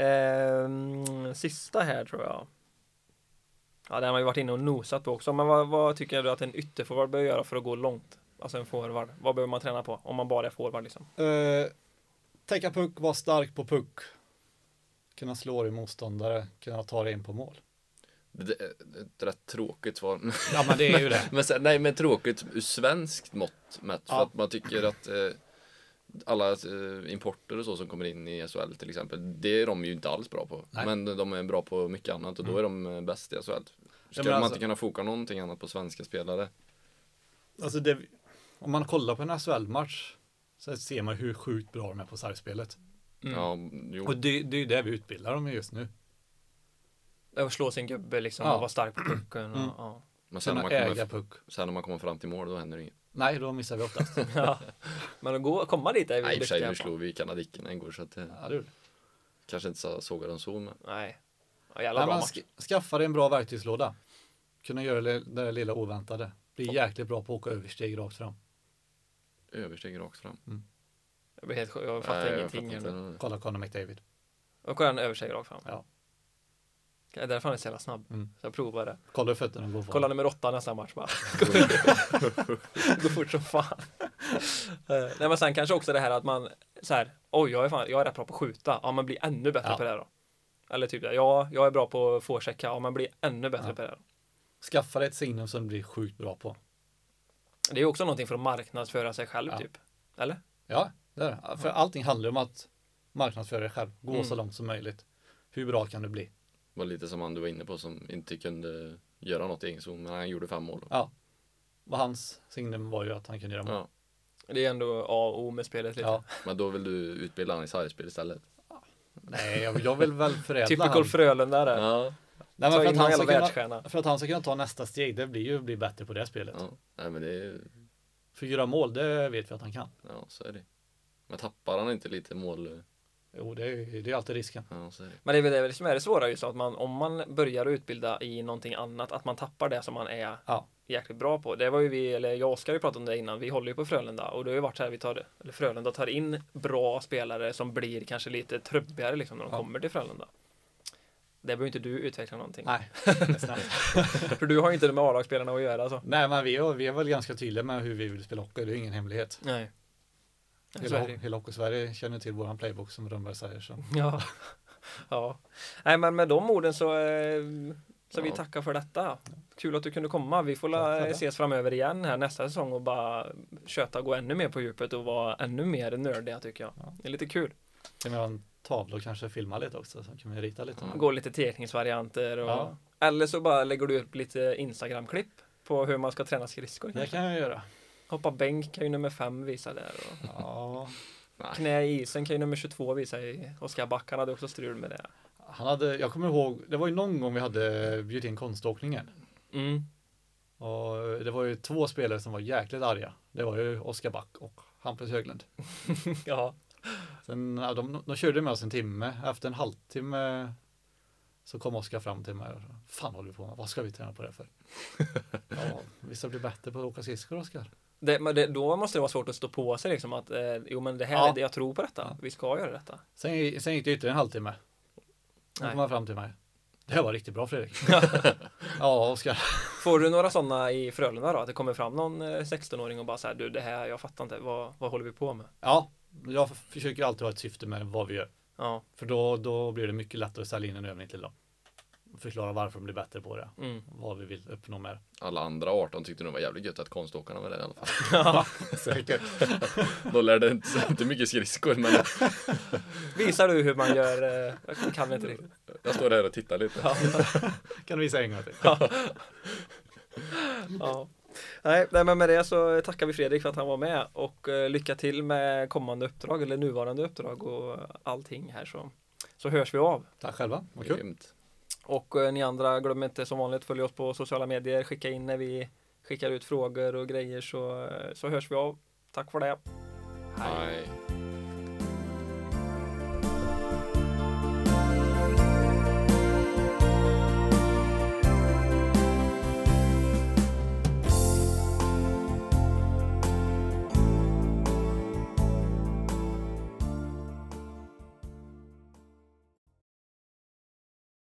A: Ehm, sista här tror jag. Ja, den har vi varit inne och nosat på också. Men vad, vad tycker du att en ytterforward bör göra för att gå långt? Alltså en forward. Vad behöver man träna på om man bara är forward liksom?
B: Uh, täcka puck, vara stark på puck. Kunna slå dig motståndare, kunna ta dig in på mål.
C: Det är ett rätt tråkigt svar.
B: Ja men det är ju det.
C: Men sen, nej men tråkigt ur svenskt mått mätt. För
B: Ja.
C: att man tycker att eh, alla eh, importer och så som kommer in i SHL till exempel. Det är de ju inte alls bra på.
B: Nej. Mm.
C: Men de är bra på mycket annat och då är de eh, bäst i SHL. Skulle
B: men
C: man
B: alltså-
C: inte kunna foka någonting annat på svenska spelare?
B: Alltså det, om man kollar på en SHL-match så ser man hur sjukt bra de är på sargspelet.
A: Mm.
C: Ja, jo.
B: Och det, det är ju det vi utbildar dem i just nu.
A: Och slå sin gubbe liksom
B: Ja.
A: och vara stark på pucken. Och,
B: Mm.
A: ja.
C: Men sen när,
B: Kunna
C: man
B: äga
C: kommer,
B: puck.
C: sen när man kommer fram till mål då händer det inget.
B: Nej, då missar vi oftast.
A: Ja. Men att gå, komma dit är vi
C: Nej i och för sig,
A: duktiga
C: nu
A: på.
C: slog vi kanadickerna igår så att eh,
B: ja, det gjorde vi.
C: Kanske inte så- sågade en zon men.
A: Nej. Ja, jävla
B: Nej,
A: bra
B: men
A: match.
B: sk- skaffa dig en bra verktygslåda. Kunna göra det det där lilla oväntade. Bli jäkligt bra på att åka översteg rakt fram.
C: Översteg rakt fram.
A: Jag, blir helt, sjuk. jag fattar
C: Nej, jag
A: ingenting.
C: fattar
A: Jag
C: inte.
B: Kolla Conor McDavid.
A: och skön översteg rakt fram.
B: Ja.
A: Det är därför han är så jävla snabb.
B: Mm.
A: Så jag provade.
B: Kolla hur fötterna går fram.
A: Kolla nummer åtta nästa match bara. Går fort som fan. Eh, Nej men sen kanske också det här att man så här, oj jag är, fan, jag är rätt bra på att skjuta, ja men bli ännu bättre
B: Ja.
A: på det här då. Eller typ, ja jag är bra på att forechecka, ja men bli ännu bättre
B: Ja.
A: på det här då.
B: Skaffa dig ett signum som du blir sjukt bra på.
A: Det är ju också någonting för att marknadsföra sig själv
B: Ja.
A: typ. Eller?
B: Ja, det är det. För allting handlar om att marknadsföra dig själv. Gå
A: Mm.
B: så långt som möjligt. Hur bra kan du bli?
C: Det var lite som han du var inne på som inte kunde göra något i egen zon men han gjorde fem mål.
B: Ja. Och hans signum var ju att han kunde göra mål.
C: Ja.
A: Det är ändå A och O med spelet lite.
B: Ja.
C: Men då vill du utbilda han i sargspel istället.
B: Nej, jag, jag vill väl förädla
A: Typical
B: han.
A: Frölunda där.
C: Ja.
B: Nej,
A: Ta
B: men för,
A: in
B: att
A: någon
B: han
A: jävla
B: ska
A: världsstjärna.
B: kunna, för att han ska kunna ta nästa steg, det blir ju att bli bättre på det spelet.
C: ja. Nej men det är
B: För att göra mål, det vet vi att han kan.
C: Ja, så är det. Men tappar han inte lite mål?
B: Jo, det är, det är alltid risken.
C: Ja, så är det.
A: Men det är väl det som är det svåra just att man, om man börjar att utbilda i någonting annat, att man tappar det som man är
B: Ja.
A: jäkligt bra på. Det var ju vi, eller jag och Oskar har ju pratat om det innan, vi håller ju på Frölunda och det har ju varit så här, vi tar, eller Frölunda tar in bra spelare som blir kanske lite trubbigare liksom när de
B: Ja.
A: kommer till Frölunda. Det behöver ju inte du utveckla någonting.
B: Nej, snällt.
A: För du har ju inte det med A-lagsspelarna att göra alltså. så.
B: Nej, men vi är, vi är väl ganska tydliga med hur vi vill spela hockey. Det är ingen hemlighet.
A: Nej. Så
B: Hela,
A: är det ju.
B: hela Hockey-Sverige känner till våran playbook som Rönnberg säger. Så.
A: Ja. ja. Nej men med de orden så eh, så vi
C: Ja.
A: tackar för detta. Kul att du kunde komma. Vi får
B: Tack
A: la,
B: för det.
A: ses framöver igen här nästa säsong och bara köta och gå ännu mer på djupet och vara ännu mer nördiga tycker jag.
B: Ja.
A: Det är lite kul.
B: Kan vi ha en tavla och kanske filma lite också, så kan vi rita lite.
C: Ja.
A: Gå lite teckningsvarianter och
B: Ja.
A: eller så bara lägger du upp lite Instagram-klipp på hur man ska träna skridskor.
B: Det
A: kanske.
B: kan jag göra.
A: Hoppa bänk kan ju nummer 5 visa där och
B: Ja.
C: Nej.
A: knä i isen kan ju nummer 22 visa i Oskar Back. Han hade också strul med det.
B: Han hade, jag kommer ihåg, det var ju någon gång vi hade bjudit in konståkningen.
A: Mm.
B: Och det var ju två spelare som var jäkligt arga. Det var ju Oskar Back och Hampus Höglund.
A: Ja.
B: Sen, ja, de, de körde med oss en timme. Efter en halvtimme så kom Oskar fram till mig. och sa, Fan håller du på med? Vad ska vi träna på det för? ja, vi ska bli bättre på att åka skridskor Oskar.
A: Det, men det, då måste det vara svårt att stå på sig liksom att eh, jo men det här
B: Ja.
A: är det jag tror på detta. Vi ska göra detta.
B: Sen, sen gick det ytterligare en halvtimme. Då
A: Nej.
B: kom han fram till mig. Det här var riktigt bra Fredrik. ja, Oskar.
A: Får du några sådana i Frölunda då? Att det kommer fram någon eh, 16-åring och bara så här, du det här, jag fattar inte, vad, vad håller vi på med?
B: Ja, jag f- försöker alltid ha ett syfte med vad vi gör.
A: Ja,
B: För då, då blir det mycket lättare att sälja in en övning till dem. Förklara varför de blir bättre på det.
A: mm.
B: Vad vi vill uppnå med det.
C: Alla andra 18 tyckte nog det var jävligt gött att konståkarna var där i alla fall.
B: Säkert.
C: De lärde inte, inte mycket skridskor men
A: Visar du hur man gör, eh, jag kan inte riktigt.
C: jag står här och tittar lite.
A: Ja,
B: Kan du visa en gång till?
A: ja. Nej, nej, men med det så tackar vi Fredrik för att han var med och eh, lycka till med kommande uppdrag eller nuvarande uppdrag och allting här så, så hörs vi av.
B: Tack själva, vad kul.
C: Grymt.
A: Och eh, ni andra, glöm inte som vanligt följ oss på sociala medier, skicka in när vi skickar ut frågor och grejer så, eh, så hörs vi av. Tack för det.
C: Nej.